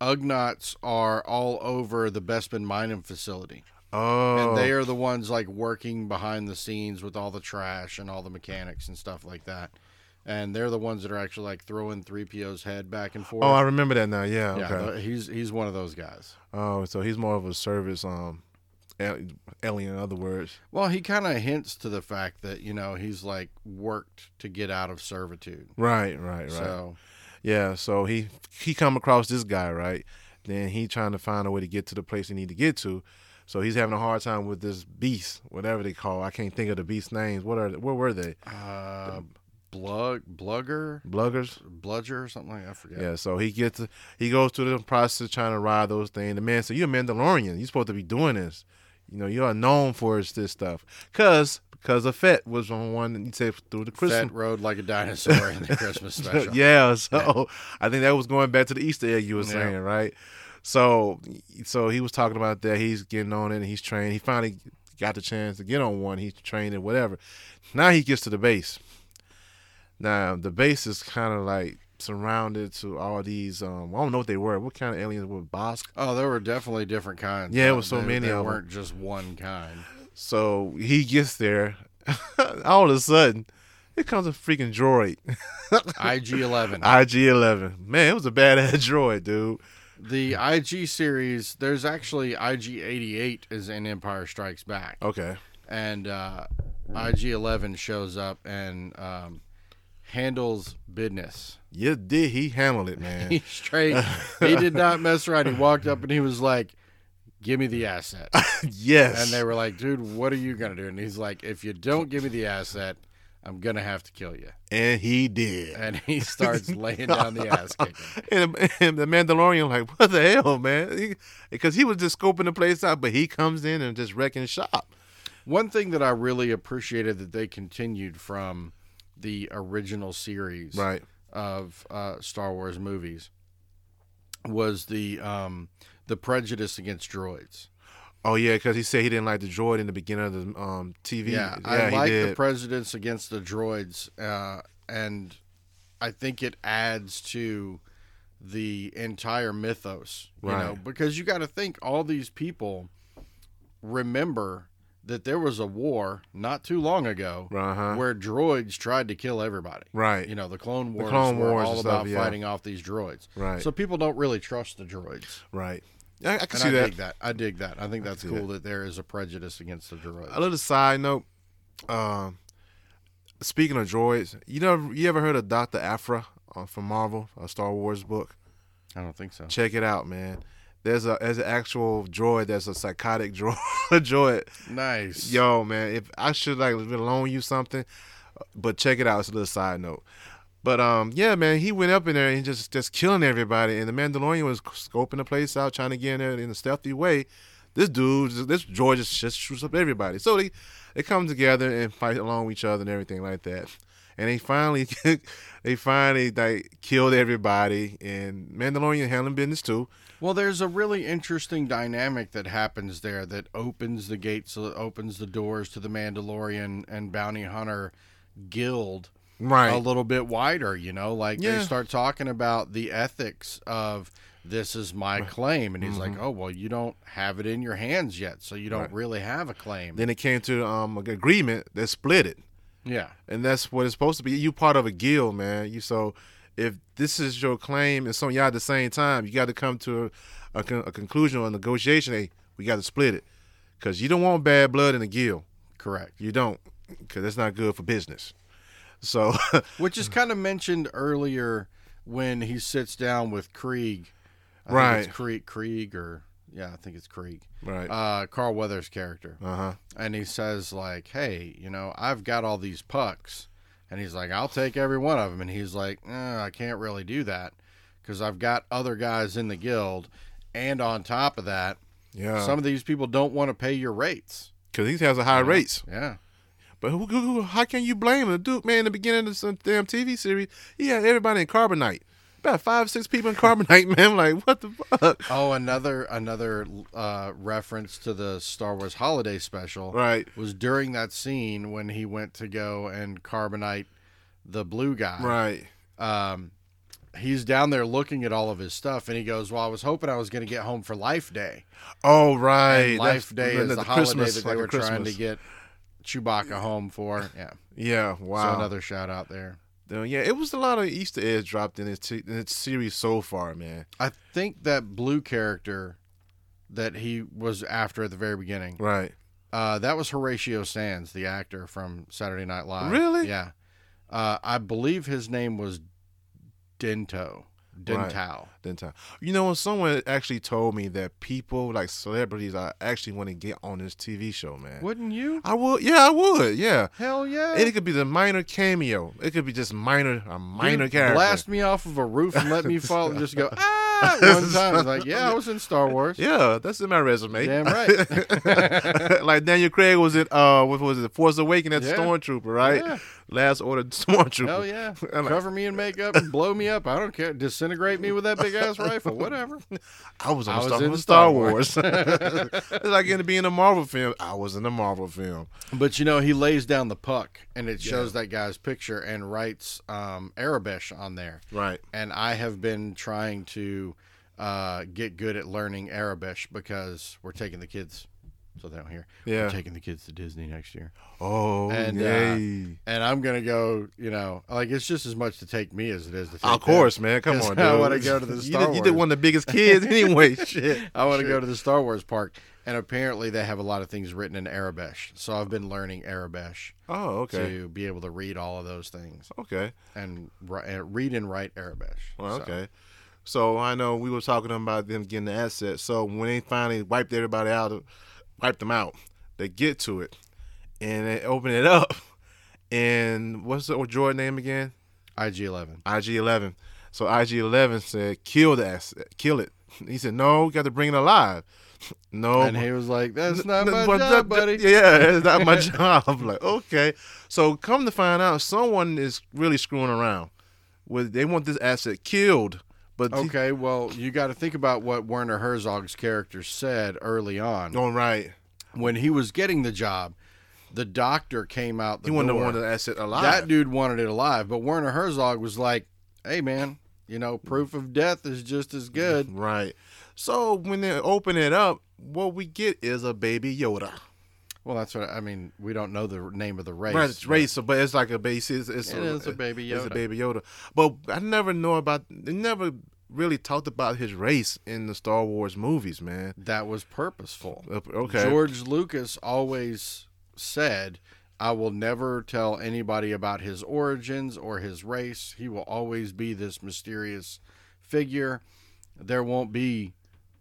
Speaker 2: Ugnaughts are all over the Bespin mining facility.
Speaker 1: Oh,
Speaker 2: And they are the ones like working behind the scenes with all the trash and all the mechanics and stuff like that. And they're the ones that are actually like throwing 3PO's head back and forth.
Speaker 1: oh, I remember that now. Yeah.
Speaker 2: yeah,
Speaker 1: Okay.
Speaker 2: th- he's he's one of those guys.
Speaker 1: oh, so he's more of a service um al- alien. In other words.
Speaker 2: Well, he kind of hints to the fact that, you know, he's like worked to get out of servitude.
Speaker 1: Right. Right. Right.
Speaker 2: So,
Speaker 1: Yeah, so he he come across this guy, right? Then he trying to find a way to get to the place he need to get to. So he's having a hard time with this beast, whatever they call. I can't think of the beast names. What are what were they?
Speaker 2: uh, Blug, Blugger?
Speaker 1: Bluggers.
Speaker 2: bludger or something like that. I forget.
Speaker 1: Yeah. so he gets he goes through the process of trying to ride those things. The man said, "You're a Mandalorian. You're supposed to be doing this. You know, you are known for this this stuff." Cause because a Fett was on one and he said through the Christmas.
Speaker 2: Fett rode like a dinosaur in the Christmas special.
Speaker 1: yeah, so I think that was going back to the Easter egg you were
Speaker 2: Yeah.
Speaker 1: saying, right? So, so he was talking about that. He's getting on it. and He's trained. He finally got the chance to get on one. He's trained and whatever. Now he gets to the base. Now the base is kind of like surrounded to all these. Um, I don't know what they were. What kind of aliens were Bosk?
Speaker 2: Oh, there were definitely different kinds.
Speaker 1: Yeah, it
Speaker 2: Uh,
Speaker 1: was so
Speaker 2: they-
Speaker 1: many
Speaker 2: They
Speaker 1: of 'em.
Speaker 2: weren't just one kind.
Speaker 1: So he gets there. all of a sudden, here comes a freaking droid,
Speaker 2: IG Eleven,
Speaker 1: IG-11. Man, it was a badass droid, dude.
Speaker 2: the IG series. There's actually IG Eighty Eight is in Empire Strikes Back,
Speaker 1: Okay.
Speaker 2: and uh, IG Eleven shows up and um, handles business.
Speaker 1: Yeah, did he handle it, man?
Speaker 2: He straight. he did not mess around. He walked up and he was like, "Give me the asset."
Speaker 1: yes.
Speaker 2: And they were like, dude, what are you going to do? And he's like, if you don't give me the asset, I'm going to have to kill you.
Speaker 1: And he did.
Speaker 2: And he starts laying down the ass kicking.
Speaker 1: And, and the Mandalorian, like, what the hell, man? Because he, was just scoping the place out, but he comes in and just wrecking shop.
Speaker 2: One thing that I really appreciated that they continued from the original series
Speaker 1: Right.
Speaker 2: of uh, Star Wars movies was the um, the prejudice against droids.
Speaker 1: Oh yeah, because he said he didn't like the droid in the beginning of the um, TV.
Speaker 2: Yeah, I
Speaker 1: he
Speaker 2: like the
Speaker 1: did.
Speaker 2: presidents against the droids, uh, and I think it adds to the entire mythos. You know,
Speaker 1: Right.
Speaker 2: because you got to think all these people remember that there was a war not too long ago
Speaker 1: uh-huh.
Speaker 2: where droids tried to kill everybody.
Speaker 1: Right.
Speaker 2: You know, the Clone Wars
Speaker 1: Clone
Speaker 2: were
Speaker 1: Wars
Speaker 2: all
Speaker 1: and
Speaker 2: about
Speaker 1: stuff, yeah.
Speaker 2: fighting off these droids.
Speaker 1: Right.
Speaker 2: So people don't really trust the droids.
Speaker 1: right. I, I can
Speaker 2: And
Speaker 1: see
Speaker 2: I
Speaker 1: that.
Speaker 2: dig that. I dig that. I think that's
Speaker 1: see
Speaker 2: cool that. there is a prejudice against the droids.
Speaker 1: A little side note. Um, speaking of droids, you know, you ever heard of Doctor Afra uh, from Marvel, a Star Wars book?
Speaker 2: I don't think so.
Speaker 1: Check it out, man. There's a there's an actual droid that's a psychotic droid. droid.
Speaker 2: Nice.
Speaker 1: Yo, man, if I should like loan you something, but check it out. It's a little side note. But um, yeah, man, he went up in there and just just killing everybody. And the Mandalorian was scoping the place out, trying to get in there in a stealthy way. This dude, this droid just just shoots up everybody. So they they come together and fight along with each other and everything like that. And they finally they finally like killed everybody. And Mandalorian handling business too.
Speaker 2: Well, there's a really interesting dynamic that happens there that opens the gates, uh, opens the doors to the Mandalorian and bounty hunter guild a
Speaker 1: Right.
Speaker 2: little bit wider. You know, like
Speaker 1: Yeah.
Speaker 2: they start talking about the ethics of this is my claim, and he's like, "Oh, well, you don't have it in your hands yet, so you don't
Speaker 1: Mm-hmm. Right.
Speaker 2: really have a claim."
Speaker 1: Then it came to um an agreement that split it.
Speaker 2: yeah,
Speaker 1: and that's what it's supposed to be. You part of a guild, man. You so if this is your claim and some y'all at the same time, you got to come to a, a, con- a conclusion or a negotiation. Hey, we got to split it because you don't want bad blood in the guild.
Speaker 2: Correct.
Speaker 1: You don't, because that's not good for business. So,
Speaker 2: Which is kind of mentioned earlier when he sits down with Krieg. I Think
Speaker 1: Right.
Speaker 2: it's Krieg, Krieg, or yeah, I think it's Krieg.
Speaker 1: right.
Speaker 2: Uh, Carl Weathers' character,
Speaker 1: Uh huh.
Speaker 2: and he says like, "Hey, you know, I've got all these pucks," and he's like, "I'll take every one of them," and he's like, eh, "I can't really do that because I've got other guys in the guild, and on top of that,
Speaker 1: Yeah.
Speaker 2: some of these people don't want to pay your rates."
Speaker 1: Because he has a high rates.
Speaker 2: Yeah,
Speaker 1: But who, who, who- how can you blame him? Dude, man, in the beginning of some damn TV series, he had everybody in Carbonite. About five, six people in Carbonite, man. I'm like, what the fuck?
Speaker 2: Oh, another another uh, reference to the Star Wars Holiday Special
Speaker 1: Right.
Speaker 2: was during that scene when he went to go and carbonite the blue guy.
Speaker 1: Right.
Speaker 2: Um, he's down there looking at all of his stuff, and he goes, "Well, I was hoping I was going to get home for Life Day.
Speaker 1: Oh, right.
Speaker 2: And
Speaker 1: That's-
Speaker 2: Life Day
Speaker 1: that-
Speaker 2: is the,
Speaker 1: that-
Speaker 2: holiday
Speaker 1: Christmas,
Speaker 2: that they
Speaker 1: like a
Speaker 2: were trying to
Speaker 1: Christmas.
Speaker 2: get Chewbacca home for. Yeah,
Speaker 1: Yeah. Wow.
Speaker 2: so another shout out there.
Speaker 1: Uh, yeah, it was a lot of Easter eggs dropped in its, t- in its series so far, man.
Speaker 2: I think that blue character that he was after at the very beginning
Speaker 1: Right.
Speaker 2: Uh, that was Horatio Sands, the actor from Saturday Night Live.
Speaker 1: Really?
Speaker 2: Yeah. Uh, I believe his name was Dento.
Speaker 1: Right.
Speaker 2: Dentau.
Speaker 1: Then time. You know, someone actually told me that people like celebrities I actually want to get on this TV show, man.
Speaker 2: Wouldn't you?
Speaker 1: I would. Yeah, I would. Yeah.
Speaker 2: Hell yeah.
Speaker 1: And it could be the minor cameo. It could be just minor, a minor
Speaker 2: Dude,
Speaker 1: character.
Speaker 2: Blast me off of a roof and let me fall and just go, ah, at one time. It's like, yeah, I was in Star Wars.
Speaker 1: Yeah, that's in my resume.
Speaker 2: Damn right.
Speaker 1: like Daniel Craig was in uh, what was it, Force Awakens? That's
Speaker 2: Yeah.
Speaker 1: Stormtrooper, right?
Speaker 2: Yeah.
Speaker 1: Last Order Stormtrooper.
Speaker 2: Hell yeah.
Speaker 1: I'm like-
Speaker 2: Cover me in makeup and blow me up. I don't care. Disintegrate me with that big ass rifle. Whatever.
Speaker 1: I was on
Speaker 2: I was
Speaker 1: Star,
Speaker 2: in
Speaker 1: on
Speaker 2: Star
Speaker 1: Star Wars. it's like in being a Marvel film. I was in a Marvel film.
Speaker 2: But you know, he lays down the puck and it shows that guy's picture and writes um, Arabish on there.
Speaker 1: Right.
Speaker 2: and I have been trying to uh, get good at learning Arabish because we're taking the kids. So they don't hear.
Speaker 1: Yeah.
Speaker 2: We're taking the kids to Disney next year,
Speaker 1: Oh,
Speaker 2: And, uh,
Speaker 1: yay.
Speaker 2: and I'm gonna go. You know, like it's just as much to take me as it is to take.
Speaker 1: of
Speaker 2: them.
Speaker 1: course, man. Come
Speaker 2: 'Cause
Speaker 1: on, dude.
Speaker 2: I wanna go to the
Speaker 1: You
Speaker 2: Star
Speaker 1: did- You did
Speaker 2: Wars.
Speaker 1: one of the biggest kids anyway. Shit.
Speaker 2: I want to go to the Star Wars park, and apparently they have a lot of things written in Arabish. So I've been learning Arabish
Speaker 1: Oh, okay.
Speaker 2: to be able to read all of those things
Speaker 1: Okay.
Speaker 2: and, ri- and read and write Arabish.
Speaker 1: Well,
Speaker 2: So-
Speaker 1: okay. So I know we were talking about them getting the assets. So when they finally wiped everybody out, wiped them out, they get to it, and they open it up. And what's the droid name again?
Speaker 2: IG11.
Speaker 1: IG Eleven. So IG Eleven said, "Kill the asset, kill it." He said, "No, we got to bring it alive." No,
Speaker 2: And he was like, "That's not
Speaker 1: N-
Speaker 2: my
Speaker 1: but
Speaker 2: job,
Speaker 1: that-
Speaker 2: buddy."
Speaker 1: Yeah, that's not my job. I'm like, okay. So come to find out, someone is really screwing around. With they want this asset killed, but he-
Speaker 2: Okay, well, you got to think about what Werner Herzog's character said early on.
Speaker 1: All Oh, right.
Speaker 2: When he was getting the job, the doctor came out the
Speaker 1: He wanted
Speaker 2: door.
Speaker 1: one of the asset alive.
Speaker 2: that dude wanted it alive, but Werner Herzog was like, "Hey man, you know, proof of death is just as good."
Speaker 1: Right. So when they open it up, what we get is a baby Yoda.
Speaker 2: Well, that's what I mean, we don't know the name of the race.
Speaker 1: Right, it's race, but it's like a base. It's, it's
Speaker 2: It is a baby
Speaker 1: It's a
Speaker 2: Yoda.
Speaker 1: baby Yoda. But I never know about. They never really talked about his race in the Star Wars movies, man.
Speaker 2: but That was purposeful.
Speaker 1: Uh, Okay.
Speaker 2: George Lucas always said, I will never tell anybody about his origins or his race. He will always be this mysterious figure. There won't be,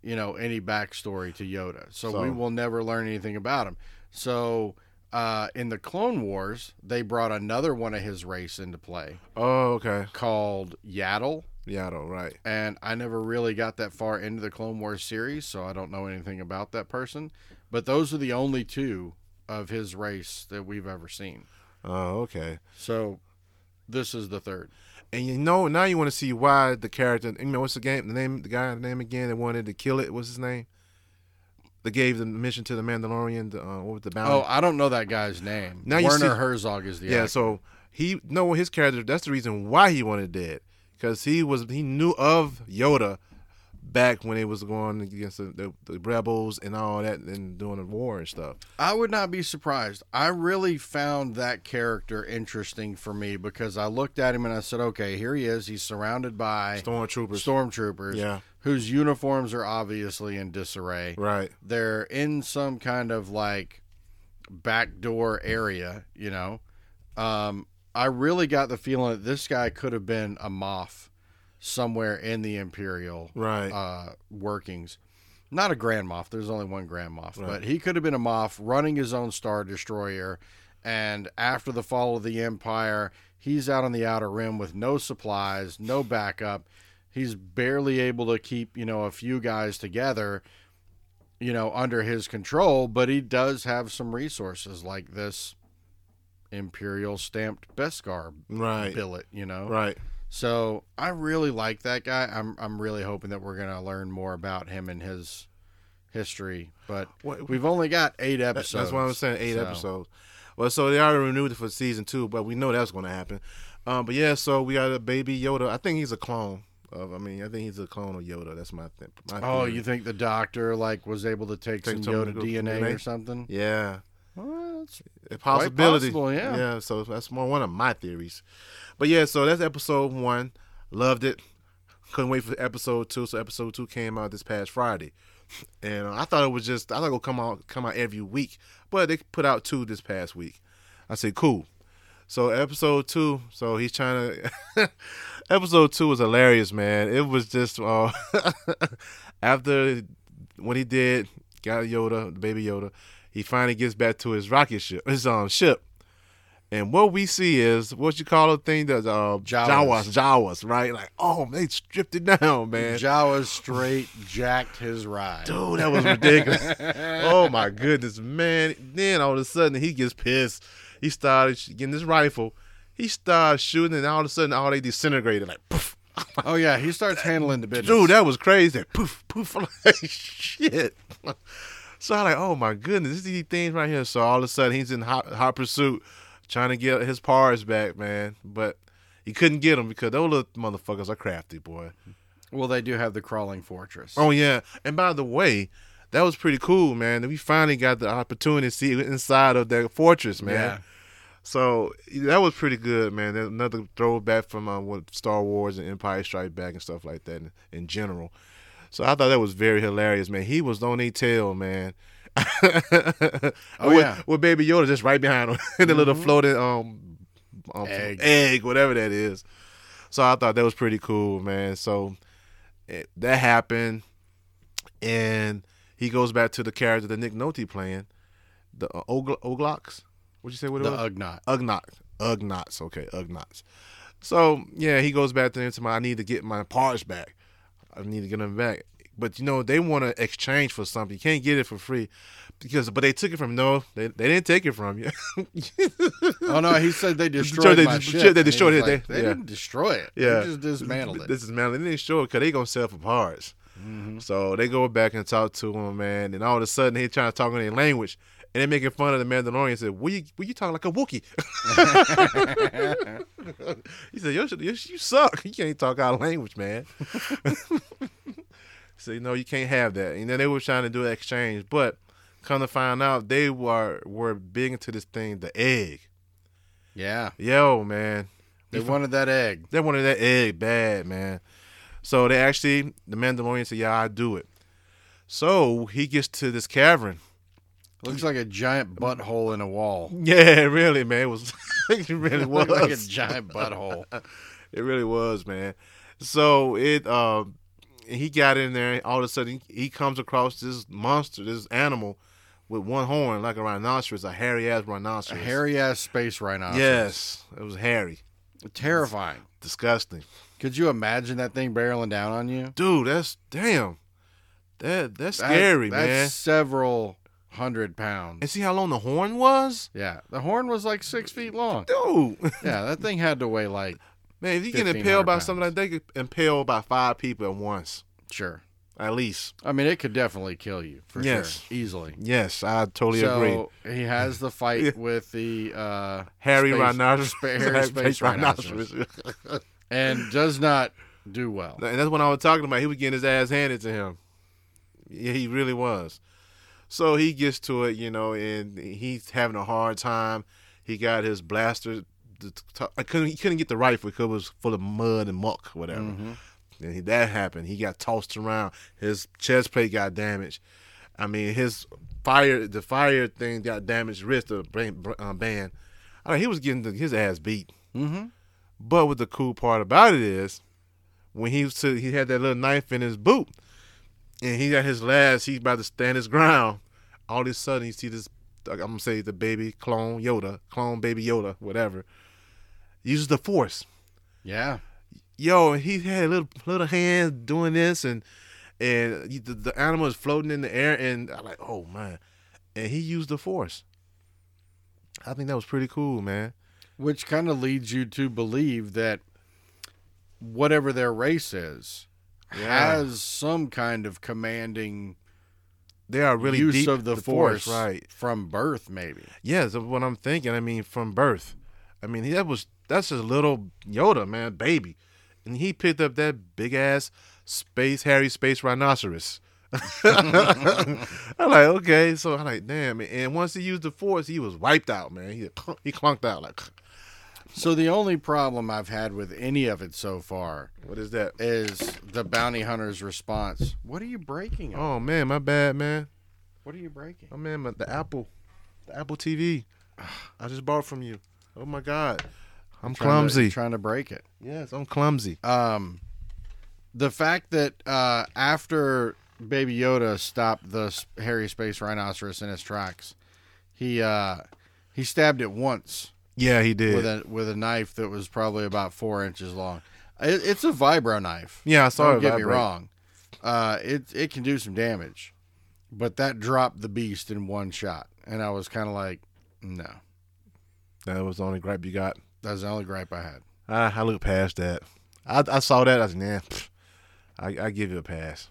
Speaker 2: you know, any backstory to Yoda. So,
Speaker 1: So-
Speaker 2: we will never learn anything about him. So uh, in the Clone Wars, they brought another one of his race into play
Speaker 1: Oh, okay.
Speaker 2: called Yaddle.
Speaker 1: Yaddle. Right.
Speaker 2: And I never really got that far into the Clone Wars series, so I don't know anything about that person. But those are the only two of his race that we've ever seen.
Speaker 1: Oh, okay.
Speaker 2: So this is the third.
Speaker 1: And you know now you want to see why the character. You know what's the game? The name. The guy. The name again. That wanted to kill it. What's his name? That gave the mission to the Mandalorian. The, uh, what was the bounty?
Speaker 2: Oh, I don't know that guy's name.
Speaker 1: Now you
Speaker 2: Werner
Speaker 1: see-
Speaker 2: Herzog is the
Speaker 1: Yeah,
Speaker 2: actor.
Speaker 1: so he no his character. That's the reason why he wanted dead, because he was he knew of Yoda back when it was going against the, the, the rebels and all that and doing the war and stuff.
Speaker 2: I would not be surprised. I really found that character interesting for me because I looked at him and I said, okay, here he is. He's surrounded by
Speaker 1: Stormtroopers.
Speaker 2: stormtroopers.
Speaker 1: Yeah.
Speaker 2: whose uniforms are obviously in disarray.
Speaker 1: Right.
Speaker 2: They're in some kind of like backdoor area, you know. Um, I really got the feeling that this guy could have been a moth somewhere in the Imperial
Speaker 1: Right.
Speaker 2: uh, workings. Not a Grand Moff. There's only one Grand Moff,
Speaker 1: Right.
Speaker 2: but he could have been a Moff running his own Star Destroyer. And after the fall of the Empire, he's out on the Outer Rim with no supplies, no backup. He's barely able to keep you know a few guys together, you know, under his control. But he does have some resources like this Imperial stamped Beskar
Speaker 1: right.
Speaker 2: billet, you know.
Speaker 1: Right.
Speaker 2: So I really like that guy. I'm I'm really hoping that we're gonna learn more about him and his history. But
Speaker 1: What,
Speaker 2: we've only got eight
Speaker 1: that-
Speaker 2: episodes.
Speaker 1: that's what I'm saying. Eight
Speaker 2: so-
Speaker 1: episodes. Well, so they already renewed it for season two, but we know that's going to happen. Um, but yeah, so we got a baby Yoda. I think he's a clone of. I mean, I think he's a clone of Yoda. That's my thing. My
Speaker 2: Oh,
Speaker 1: theory.
Speaker 2: you think the doctor like was able to take,
Speaker 1: Take
Speaker 2: some
Speaker 1: some
Speaker 2: Yoda
Speaker 1: of the
Speaker 2: DNA,
Speaker 1: DNA?
Speaker 2: or something?
Speaker 1: Yeah.
Speaker 2: Well, that's-
Speaker 1: A possibility.
Speaker 2: possible, yeah.
Speaker 1: Yeah. So that's more one of my theories. But yeah, so that's episode one. Loved it. Couldn't wait for episode two. So episode two came out this past Friday, and uh, I thought it was just I thought it would come out come out every week, but they put out two this past week. I said cool. So episode two, so he's trying to. episode two was hilarious, man. It was just uh, after when he did got Yoda, baby Yoda, he finally gets back to his rocket ship, his um ship, and what we see is what you call a thing that's uh
Speaker 2: Jawas.
Speaker 1: Jawas, Jawas, right? Like oh, they stripped it down, man.
Speaker 2: Jawa straight jacked his ride.
Speaker 1: Dude, that was ridiculous. oh my goodness, man. Then all of a sudden he gets pissed. He started sh- getting this rifle. He started shooting, and all of a sudden all they disintegrated like poof.
Speaker 2: Oh yeah, he starts handling the business.
Speaker 1: Dude, that was crazy. Poof, poof. I'm like, shit. So I'm like, oh my goodness, these things right here. So all of a sudden he's in hot, hot pursuit, trying to get his parts back, man. But he couldn't get them because those little motherfuckers are crafty, boy.
Speaker 2: well, they do have the crawling fortress.
Speaker 1: Oh yeah, and by the way, that was pretty cool, man. that We finally got the opportunity to see inside of that fortress, man.
Speaker 2: Yeah.
Speaker 1: So that was pretty good, man. There's another throwback from uh, what Star Wars and Empire Strike Back and stuff like that in, in general. So I thought that was very hilarious, man. He was on a tail, man. oh with,
Speaker 2: yeah. Mm-hmm.
Speaker 1: with Baby Yoda just right behind him in the little floating um, um
Speaker 2: Egg.
Speaker 1: egg, whatever that is. So I thought that was pretty cool, man. So it, that happened, and he goes back to the character that Nick Nolte playing, the uh, Ogl- Oglox. What'd you say? What it
Speaker 2: the
Speaker 1: was?
Speaker 2: Ugnaught.
Speaker 1: Ugnaughts. Ugnaughts. Okay, Ugnaughts. So yeah, he goes back there to my. I need to get my parts back. I need to get them back. But you know they want to exchange for something. You can't get it for free, because but they took it from no. They, they didn't take it from you.
Speaker 2: Oh no, he said they
Speaker 1: Destroyed-
Speaker 2: destroyed
Speaker 1: they
Speaker 2: my
Speaker 1: destroyed-
Speaker 2: ship.
Speaker 1: they
Speaker 2: And he
Speaker 1: destroyed
Speaker 2: was
Speaker 1: it, they-
Speaker 2: like, They
Speaker 1: yeah.
Speaker 2: didn't destroy it. They
Speaker 1: Yeah.
Speaker 2: just dismantled it.
Speaker 1: This is man. They ain't sure because they gonna sell for parts.
Speaker 2: Mm-hmm.
Speaker 1: So they go back and talk to him, man. And all of a sudden he trying to talk in their language, and they making fun of the Mandalorian. Said, "What you what you talking like a Wookiee?" he said, "Yo, sh- yo, sh- you suck. You can't talk our language, man." so you know you can't have that. And then they were trying to do an exchange, but come to find out, they were were big into this thing, the egg.
Speaker 2: Yeah,
Speaker 1: Yo, man.
Speaker 2: they wanted that egg.
Speaker 1: They wanted that egg bad, man. So they actually, the Mandalorian said, "Yeah, I do it." So he gets to this cavern.
Speaker 2: Looks like a
Speaker 1: Mm.
Speaker 2: giant butthole in a wall.
Speaker 1: Yeah, really, man. It was it really was.
Speaker 2: Looked like a giant butthole.
Speaker 1: It really was, man. So it um he got in there and all of a sudden he comes across this monster, this animal with one horn, like a rhinoceros, a hairy ass
Speaker 2: A
Speaker 1: rhinoceros.
Speaker 2: hairy ass space rhinoceros.
Speaker 1: Yes. It was hairy.
Speaker 2: Terrifying.
Speaker 1: Disgusting.
Speaker 2: Could you imagine that thing barreling down on you?
Speaker 1: Dude, that's damn. That that's
Speaker 2: That-
Speaker 1: scary,
Speaker 2: that's
Speaker 1: man.
Speaker 2: several hundred pounds.
Speaker 1: And see how long the horn was?
Speaker 2: yeah. The horn was like six feet long.
Speaker 1: Dude.
Speaker 2: Yeah, that thing had to weigh like
Speaker 1: Man, if you get
Speaker 2: 1,500
Speaker 1: impaled by
Speaker 2: pounds.
Speaker 1: something like that, you get impaled by five people at once,
Speaker 2: sure.
Speaker 1: at least.
Speaker 2: I mean, it could definitely kill you for
Speaker 1: Yes.
Speaker 2: sure. Easily.
Speaker 1: Yes, I totally agree.
Speaker 2: so he has the fight
Speaker 1: Yeah.
Speaker 2: with the uh
Speaker 1: Harry
Speaker 2: space-
Speaker 1: rhinoceros,
Speaker 2: spa- hairy space rhinoceros. and does not do well.
Speaker 1: and that's what I was talking about. He was getting his ass handed to him. Yeah, he really was. So he gets to it, you know, and he's having a hard time. He got his blaster. I couldn't. He couldn't get the rifle because it was full of mud and muck, whatever.
Speaker 2: Mhm.
Speaker 1: Then he, that happened. He got tossed around. His chest plate got damaged. I mean, his fire, the fire thing got damaged. Wrist, the brain, uh, band. I mean, he was getting the, his ass beat.
Speaker 2: Mm-hmm.
Speaker 1: But what the cool part about it is, when he was to, he had that little knife in his boot, and he got his last. He's about to stand his ground. All of a sudden, you see this. I'm gonna say the baby clone Yoda, clone baby Yoda, whatever. Uses the Force.
Speaker 2: Yeah.
Speaker 1: Yo, and he had little little hands doing this, and and he- the, the animal is floating in the air, and I'm like, oh man, and he used the Force. I think that was pretty cool, man.
Speaker 2: Which kind of leads you to believe that whatever their race is
Speaker 1: Yeah.
Speaker 2: has some kind of commanding
Speaker 1: They are really
Speaker 2: use
Speaker 1: deep
Speaker 2: of the, force,
Speaker 1: right?
Speaker 2: from birth, maybe.
Speaker 1: Yeah, that's what I'm thinking. I mean, from birth. I mean, he- that was that's his little Yoda, man, baby, and he picked up that big ass space hairy space rhinoceros. I'm like, okay, so I'm like, damn. And once he used the force, he was wiped out, man. He he clunked out. Like,
Speaker 2: So the only problem I've had with any of it so far
Speaker 1: what is that?
Speaker 2: is the bounty hunter's response. What are you breaking? on?
Speaker 1: Oh man, my bad, man.
Speaker 2: What are you breaking?
Speaker 1: Oh man, my, the Apple, the Apple TV, I just bought from you. Oh my God, I'm clumsy.
Speaker 2: Trying to, trying to break it.
Speaker 1: yes, I'm clumsy.
Speaker 2: Um, the fact that uh, after Baby Yoda stopped the s- hairy space rhinoceros in his tracks, he uh, he stabbed it once
Speaker 1: Yeah, he
Speaker 2: with
Speaker 1: did.
Speaker 2: a with a knife that was probably about four inches long. It, it's a vibro knife.
Speaker 1: yeah, I saw
Speaker 2: Don't
Speaker 1: it.
Speaker 2: get me
Speaker 1: vibrate.
Speaker 2: wrong. Uh, it it can do some damage, but that dropped the beast in one shot, and I was kind of like, no,
Speaker 1: That was the only gripe you got.
Speaker 2: that's the only gripe I had.
Speaker 1: I, I looked past that. I, I saw that. I was nah. pff, I, I give you a pass.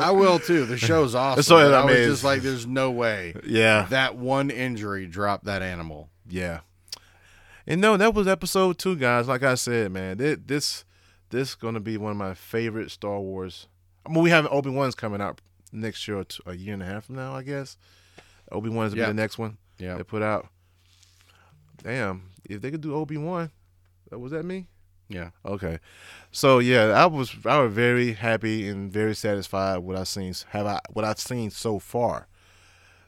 Speaker 2: I will too. The show's awesome.
Speaker 1: That's what
Speaker 2: but
Speaker 1: I
Speaker 2: I was
Speaker 1: mean.
Speaker 2: just like, there's no way
Speaker 1: Yeah,
Speaker 2: that one injury dropped that animal.
Speaker 1: yeah. And no, that was episode two, guys. Like I said, man, thi- this this gonna be one of my favorite Star Wars. I mean, we have Obi Wan's coming out next year, or two, a year and a half from now, I guess. Obi Wan's gonna
Speaker 2: Yeah.
Speaker 1: be the next one
Speaker 2: Yeah.
Speaker 1: they put out. Damn, if they could do Obi Wan, was that me?
Speaker 2: Yeah.
Speaker 1: Okay, so yeah, I was I was very happy and very satisfied with what I've seen. Have I what I've seen so far?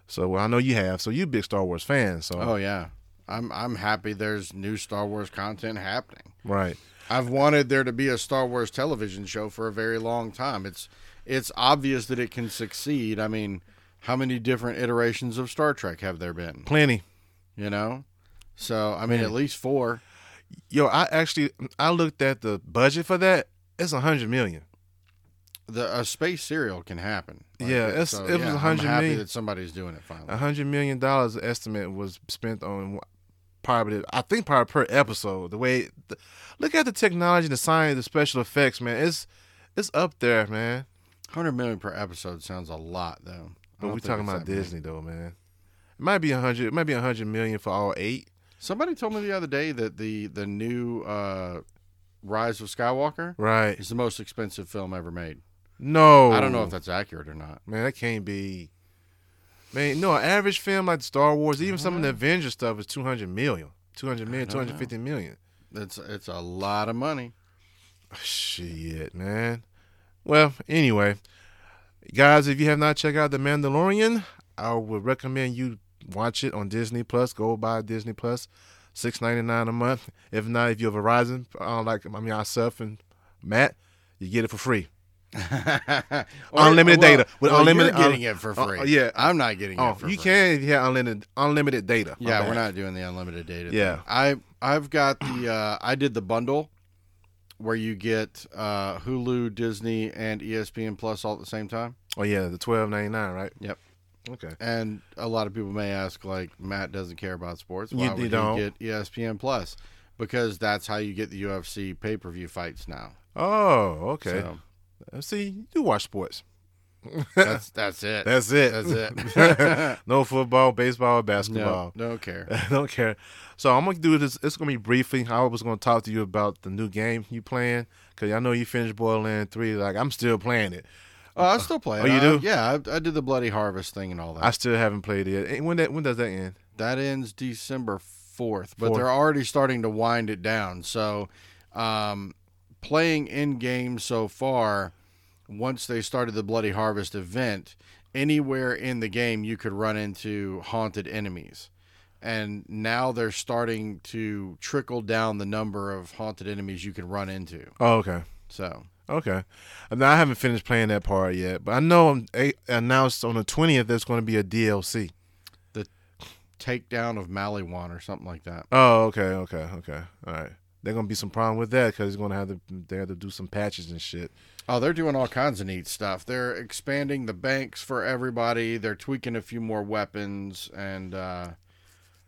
Speaker 1: So well, I know you have. So you big Star Wars fan. So
Speaker 2: Oh yeah. I'm I'm happy there's new Star Wars content happening.
Speaker 1: right,
Speaker 2: I've wanted there to be a Star Wars television show for a very long time. It's it's obvious that it can succeed. I mean, how many different iterations of Star Trek have there been?
Speaker 1: plenty.
Speaker 2: You know? So I mean at least four.
Speaker 1: Yo, I actually I looked at the budget for that. It's a hundred million.
Speaker 2: The a space serial can happen.
Speaker 1: Yeah,
Speaker 2: it-
Speaker 1: it's- it was
Speaker 2: I'm
Speaker 1: 100
Speaker 2: happy
Speaker 1: million. Uh-huh.
Speaker 2: that somebody's doing it finally.
Speaker 1: A hundred million dollars estimate was spent on probably I think probably per episode. The way the, look at the technology, the science, the special effects, man. It's it's up there, man.
Speaker 2: Hundred million per episode sounds a lot though. I
Speaker 1: But
Speaker 2: don't
Speaker 1: we're
Speaker 2: think
Speaker 1: talking
Speaker 2: it's
Speaker 1: about
Speaker 2: that many.
Speaker 1: Disney though, man. It might be a hundred. It might be a hundred million for all eight.
Speaker 2: Somebody told me the other day that the the new uh, Rise of Skywalker
Speaker 1: Right.
Speaker 2: is the most expensive film ever made.
Speaker 1: No.
Speaker 2: I don't know if that's accurate or not.
Speaker 1: Man, that can't be. Man, no. An average film like Star Wars, even some of the Avengers stuff, is 200 million. 200 million,
Speaker 2: don't know.
Speaker 1: 250 million.
Speaker 2: It's it's a lot of money.
Speaker 1: Shit, man. Well, anyway, guys, if you have not checked out The Mandalorian, I would recommend you watch it on Disney Plus. Go buy Disney Plus, six ninety nine a month. If not, if you have Verizon, uh, like I mean myself and Matt, you get it for free.
Speaker 2: Or-
Speaker 1: Unlimited
Speaker 2: well-
Speaker 1: data. With
Speaker 2: well,
Speaker 1: unlimited-
Speaker 2: you're getting it for
Speaker 1: uh,
Speaker 2: free.
Speaker 1: uh, yeah.
Speaker 2: I'm not getting
Speaker 1: Oh,
Speaker 2: it for
Speaker 1: you
Speaker 2: free.
Speaker 1: can if you have unlimited unlimited data. My
Speaker 2: Yeah,
Speaker 1: bad.
Speaker 2: we're not doing the unlimited data.
Speaker 1: Yeah.
Speaker 2: thing. I I've got the uh, I did the bundle where you get uh, Hulu, Disney, and E ESPN Plus all at the same time.
Speaker 1: Oh yeah, the twelve ninety nine, right?
Speaker 2: Yep.
Speaker 1: Okay.
Speaker 2: And a lot of people may ask, like, Matt doesn't care about sports. Why
Speaker 1: You- you
Speaker 2: would
Speaker 1: don't.
Speaker 2: he get E ESPN Plus? Because that's how you get the UFC pay per view fights now.
Speaker 1: Oh, okay.
Speaker 2: So
Speaker 1: Uh, See, you do watch sports.
Speaker 2: that's that's it.
Speaker 1: That's it.
Speaker 2: That's it.
Speaker 1: no football, baseball, or
Speaker 2: no,
Speaker 1: basketball.
Speaker 2: no care.
Speaker 1: I don't care. So I'm gonna do this. It's gonna be briefly. I was gonna talk to you about the new game you playing because I know you finished Borderlands Three. Like I'm still playing it.
Speaker 2: Oh, I still play.
Speaker 1: Oh,
Speaker 2: it.
Speaker 1: you
Speaker 2: I-
Speaker 1: do?
Speaker 2: yeah, I, I did the bloody harvest thing and all that.
Speaker 1: I still haven't played it. yet. And When that when does that end?
Speaker 2: that ends December fourth, but
Speaker 1: Fourth.
Speaker 2: they're already starting to wind it down. So, um, playing in game so far, once they started the Bloody Harvest event, anywhere in the game you could run into haunted enemies. And now they're starting to trickle down the number of haunted enemies you can run into.
Speaker 1: Oh, okay.
Speaker 2: So,
Speaker 1: Okay. Now I haven't finished playing that part yet, but I know um, they announced on the twentieth there's going to be a DLC.
Speaker 2: takedown of Maliwan or something like that.
Speaker 1: Oh, okay, okay, okay. All right. They're gonna be some problem with that because going to have to they have to do some patches and shit.
Speaker 2: Oh, they're doing all kinds of neat stuff. They're expanding the banks for everybody. They're tweaking a few more weapons and uh,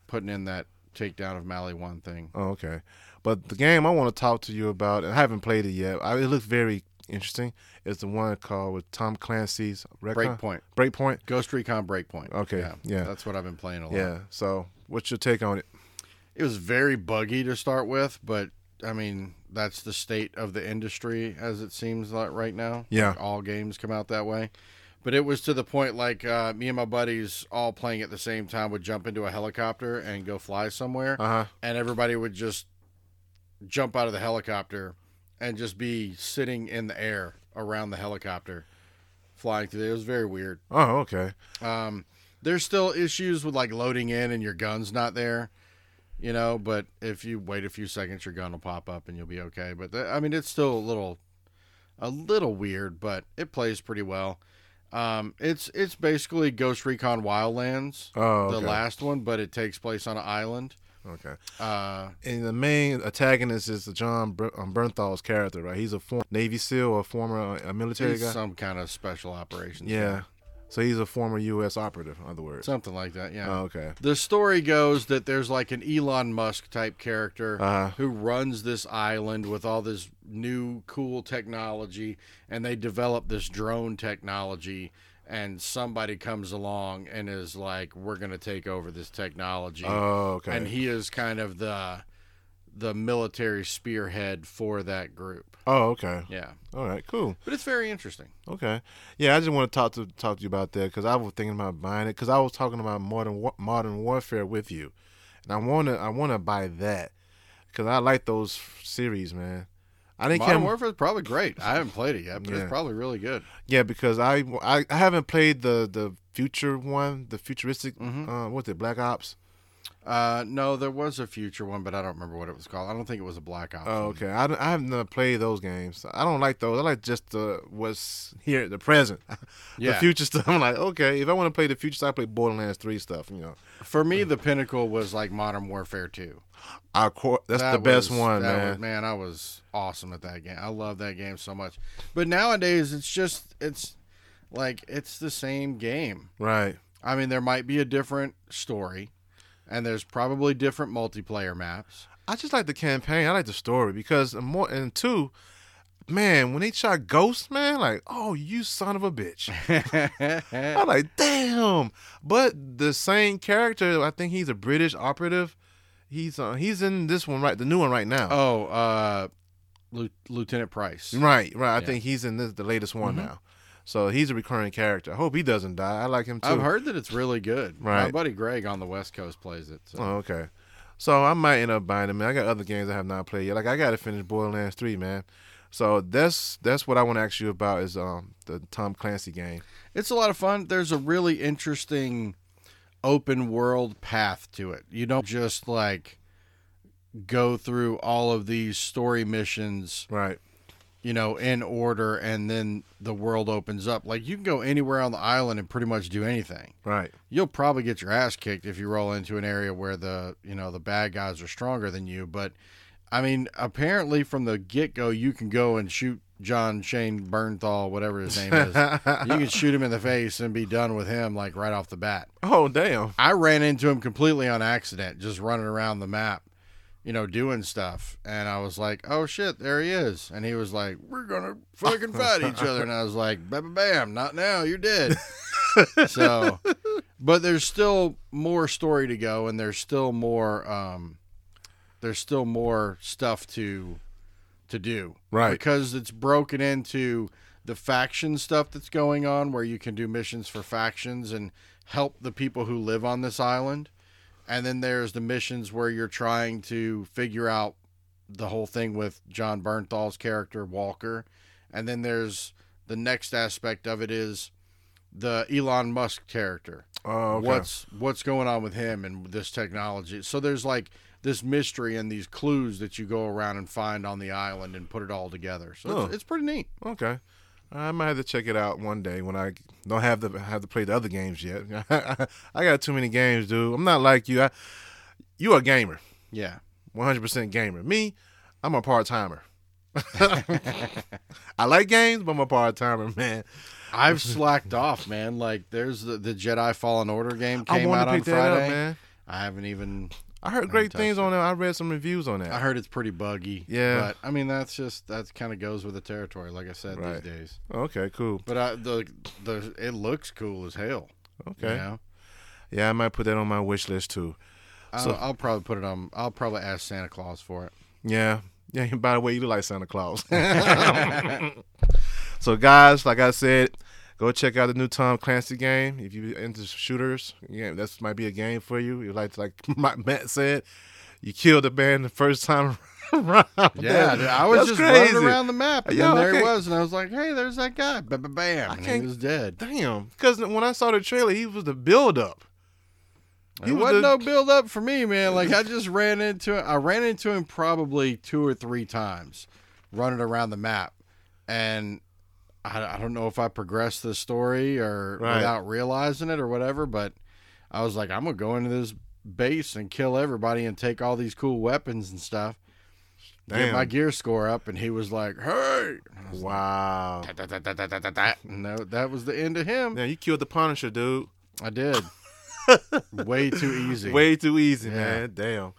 Speaker 2: putting in that takedown of Mali one thing.
Speaker 1: Oh, okay. But the game I want to talk to you about, and I haven't played it yet. I, it looks very interesting. It's the one called with Tom Clancy's Recon-
Speaker 2: Breakpoint,
Speaker 1: Breakpoint.
Speaker 2: Ghost Recon Breakpoint.
Speaker 1: Okay,
Speaker 2: yeah,
Speaker 1: yeah.
Speaker 2: that's what I've been playing a lot.
Speaker 1: Yeah. So, what's your take on it?
Speaker 2: It was very buggy to start with, but I mean that's the state of the industry as it seems like right now.
Speaker 1: Yeah.
Speaker 2: all games come out that way. But it was to the point like uh, me and my buddies all playing at the same time would jump into a helicopter and go fly somewhere.
Speaker 1: Uh huh.
Speaker 2: and everybody would just jump out of the helicopter and just be sitting in the air around the helicopter flying through there. It was very weird.
Speaker 1: Oh, okay.
Speaker 2: Um, there's still issues with like loading in and your gun's not there, you know, but if you wait a few seconds, your gun will pop up and you'll be okay. But th- I mean, it's still a little, a little weird, but it plays pretty well. Um, it's, it's basically Ghost Recon Wildlands,
Speaker 1: Oh,
Speaker 2: the
Speaker 1: okay.
Speaker 2: last one, but it takes place on an island.
Speaker 1: Okay.
Speaker 2: Uh,
Speaker 1: And the main antagonist is the John Br- um, Bernthal's character, right? He's a former Navy SEAL or former uh, a military
Speaker 2: He's
Speaker 1: guy.
Speaker 2: some kind of special operations.
Speaker 1: yeah. So he's a former U.S. operative, in other words.
Speaker 2: Something like that, yeah.
Speaker 1: Oh, okay.
Speaker 2: the story goes that there's like an Elon Musk type character
Speaker 1: Uh,
Speaker 2: who runs this island with all this new cool technology, and they develop this drone technology. And somebody comes along and is like, "We're gonna take over this technology,"
Speaker 1: oh, okay.
Speaker 2: and he is kind of the the military spearhead for that group.
Speaker 1: oh, okay.
Speaker 2: Yeah,
Speaker 1: All right. Cool.
Speaker 2: but it's very interesting.
Speaker 1: Okay. Yeah, I just want to talk to talk to you about that because I was thinking about buying it because I was talking about modern Wa- modern warfare with you, and I wanna I wanna buy that because I like those series, man. I didn't
Speaker 2: Modern
Speaker 1: care.
Speaker 2: Warfare is probably great. I haven't played it yet, but
Speaker 1: Yeah.
Speaker 2: it's probably really good.
Speaker 1: Yeah, because I, I I haven't played the the future one, the futuristic.
Speaker 2: Mhm.
Speaker 1: Uh, what's it? Black Ops.
Speaker 2: Uh, no, there was a future one, but I don't remember what it was called. I don't think it was a Black Ops.
Speaker 1: Oh,
Speaker 2: one.
Speaker 1: okay. I, don't- I haven't uh, played those games. I don't like those. I like just the what's here, the present, the
Speaker 2: Yeah.
Speaker 1: future stuff. I'm like, okay, if I want to play the future, stuff, I play Borderlands Three stuff. You know,
Speaker 2: For
Speaker 1: mm.
Speaker 2: me, the pinnacle was like Modern Warfare Two.
Speaker 1: our cor- that's
Speaker 2: That
Speaker 1: the best
Speaker 2: was-
Speaker 1: one,
Speaker 2: that
Speaker 1: man.
Speaker 2: was- man, I was awesome at that game. I love that game so much. But nowadays, it's just it's like it's the same game.
Speaker 1: Right.
Speaker 2: I mean, there might be a different story, and there's probably different multiplayer maps.
Speaker 1: I just like the campaign. I like the story because and more and two, man, when they shot Ghost, man, like, oh, you son of a bitch. I'm like, damn. But the same character, I think he's a British operative. He's uh, he's in this one right, the new one right now.
Speaker 2: oh, uh, Lieu- Lieutenant Price.
Speaker 1: right, right. I
Speaker 2: Yeah.
Speaker 1: think he's in this the latest one now. So he's a recurring character. I hope he doesn't die. I like him too.
Speaker 2: I've heard that it's really good. My
Speaker 1: Right.
Speaker 2: buddy Greg on the West Coast plays it. So.
Speaker 1: Oh, okay. So I might end up buying them. I got other games I have not played yet. Like I gotta finish Borderlands Three, man. So that's that's what I want to ask you about is um the Tom Clancy game.
Speaker 2: It's a lot of fun. There's a really interesting open world path to it. You don't just like go through all of these story missions,
Speaker 1: Right.
Speaker 2: you know, in order and then the world opens up. Like you can go anywhere on the island and pretty much do anything.
Speaker 1: Right.
Speaker 2: You'll probably get your ass kicked if you roll into an area where the, you know, the bad guys are stronger than you, but I mean, apparently from the get-go you can go and shoot John Shane Bernthal, whatever his name is you can shoot him in the face and be done with him like right off the bat.
Speaker 1: oh damn.
Speaker 2: I ran into him completely on accident, just running around the map, you know, doing stuff. And I was like, oh shit, there he is. And he was like, we're going to fucking fight each other. And I was like, bam, bam, not now, you're dead. so, but there's still more story to go and there's still more, um, there's still more stuff to, to do
Speaker 1: Right.
Speaker 2: because it's broken into the faction stuff that's going on where you can do missions for factions and help the people who live on this island and then there's the missions where you're trying to figure out the whole thing with John Bernthal's character Walker, and then there's the next aspect of it is the Elon Musk character.
Speaker 1: Oh, okay.
Speaker 2: What's what's going on with him and this technology? So there's like this mystery and these clues that you go around and find on the island and put it all together. So
Speaker 1: Oh.
Speaker 2: it's, it's pretty neat.
Speaker 1: okay? I might have to check it out one day when I don't have to have to play the other games yet. I got too many games, dude. I'm not like you. I, you a gamer,
Speaker 2: Yeah.
Speaker 1: 100% gamer. Me, I'm a part timer. I like games, but I'm a part timer, man.
Speaker 2: I've slacked off, man. Like there's the, the Jedi Fallen Order game
Speaker 1: I
Speaker 2: came
Speaker 1: want
Speaker 2: out
Speaker 1: to
Speaker 2: on
Speaker 1: pick that
Speaker 2: Friday.
Speaker 1: up, man.
Speaker 2: I haven't even
Speaker 1: I heard
Speaker 2: haven't
Speaker 1: great
Speaker 2: touched
Speaker 1: things
Speaker 2: it.
Speaker 1: on it. I read some reviews on that.
Speaker 2: I heard it's pretty buggy.
Speaker 1: Yeah.
Speaker 2: But I mean that's just that kind of goes with the territory like I said
Speaker 1: Right.
Speaker 2: these days.
Speaker 1: Okay, cool.
Speaker 2: But I, the the it looks cool as hell.
Speaker 1: Okay.
Speaker 2: You know?
Speaker 1: Yeah, I might put that on my wish list too.
Speaker 2: I'll,
Speaker 1: So-
Speaker 2: I'll probably put it on. I'll probably ask Santa Claus for it.
Speaker 1: Yeah. Yeah, by the way, you look like Santa Claus. so guys, like I said, go check out the new Tom Clancy game. If you into shooters, yeah, that's might be a game for you. You like like my Matt said, you killed the man the first time around.
Speaker 2: Yeah,
Speaker 1: That-
Speaker 2: dude, I was
Speaker 1: that's
Speaker 2: just
Speaker 1: crazy.
Speaker 2: running around the map, and
Speaker 1: Yeah,
Speaker 2: then there
Speaker 1: okay.
Speaker 2: he was, and I was like, "Hey, there's that guy!" Bam, bam, bam, and he
Speaker 1: can't-
Speaker 2: was dead.
Speaker 1: Damn, because when I saw the trailer, he was the build up. He
Speaker 2: It
Speaker 1: was
Speaker 2: wasn't
Speaker 1: the-
Speaker 2: no build up for me, man. Like I just ran into I ran into him probably two or three times, running around the map, and I, I don't know if I progressed the story or
Speaker 1: Right.
Speaker 2: without realizing it or whatever, but I was like, I'm gonna go into this base and kill everybody and take all these cool weapons and stuff. Get
Speaker 1: Damn.
Speaker 2: my gear score up, and he was like, "Hey!" And I was
Speaker 1: Wow.
Speaker 2: like, "Da, da, da, da, da, da, da," and that, that was the end of him.
Speaker 1: Now you killed the Punisher, dude.
Speaker 2: I did. Way too easy.
Speaker 1: Way too easy,
Speaker 2: Yeah.
Speaker 1: man. Damn.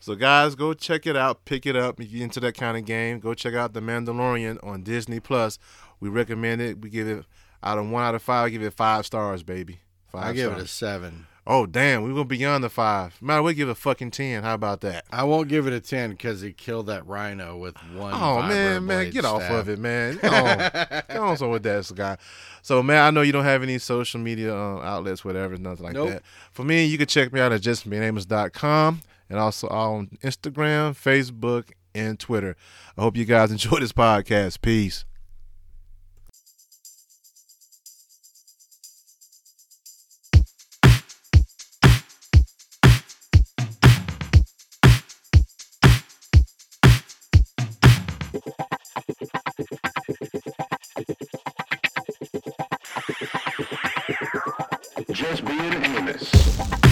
Speaker 1: So guys, go check it out. Pick it up. If you're into that kind of game, go check out The Mandalorian on Disney Plus. We recommend it. We give it out of one out of five. I give it five stars, baby. Five
Speaker 2: I give it a
Speaker 1: stars.
Speaker 2: seven.
Speaker 1: Oh damn, we went beyond the five. Matter, we give it a fucking ten. How about that?
Speaker 2: I won't give it a ten because he killed that rhino with one.
Speaker 1: Oh man, man,
Speaker 2: vibroblade
Speaker 1: get off
Speaker 2: stab.
Speaker 1: of it, man. Oh, don't so with that guy. So man, I know you don't have any social media uh, outlets, whatever, nothing like
Speaker 2: Nope.
Speaker 1: that. For me, you can check me out at justbenamus.com and also on Instagram, Facebook, and Twitter. I hope you guys enjoy this podcast. Peace.
Speaker 3: Just being Amos.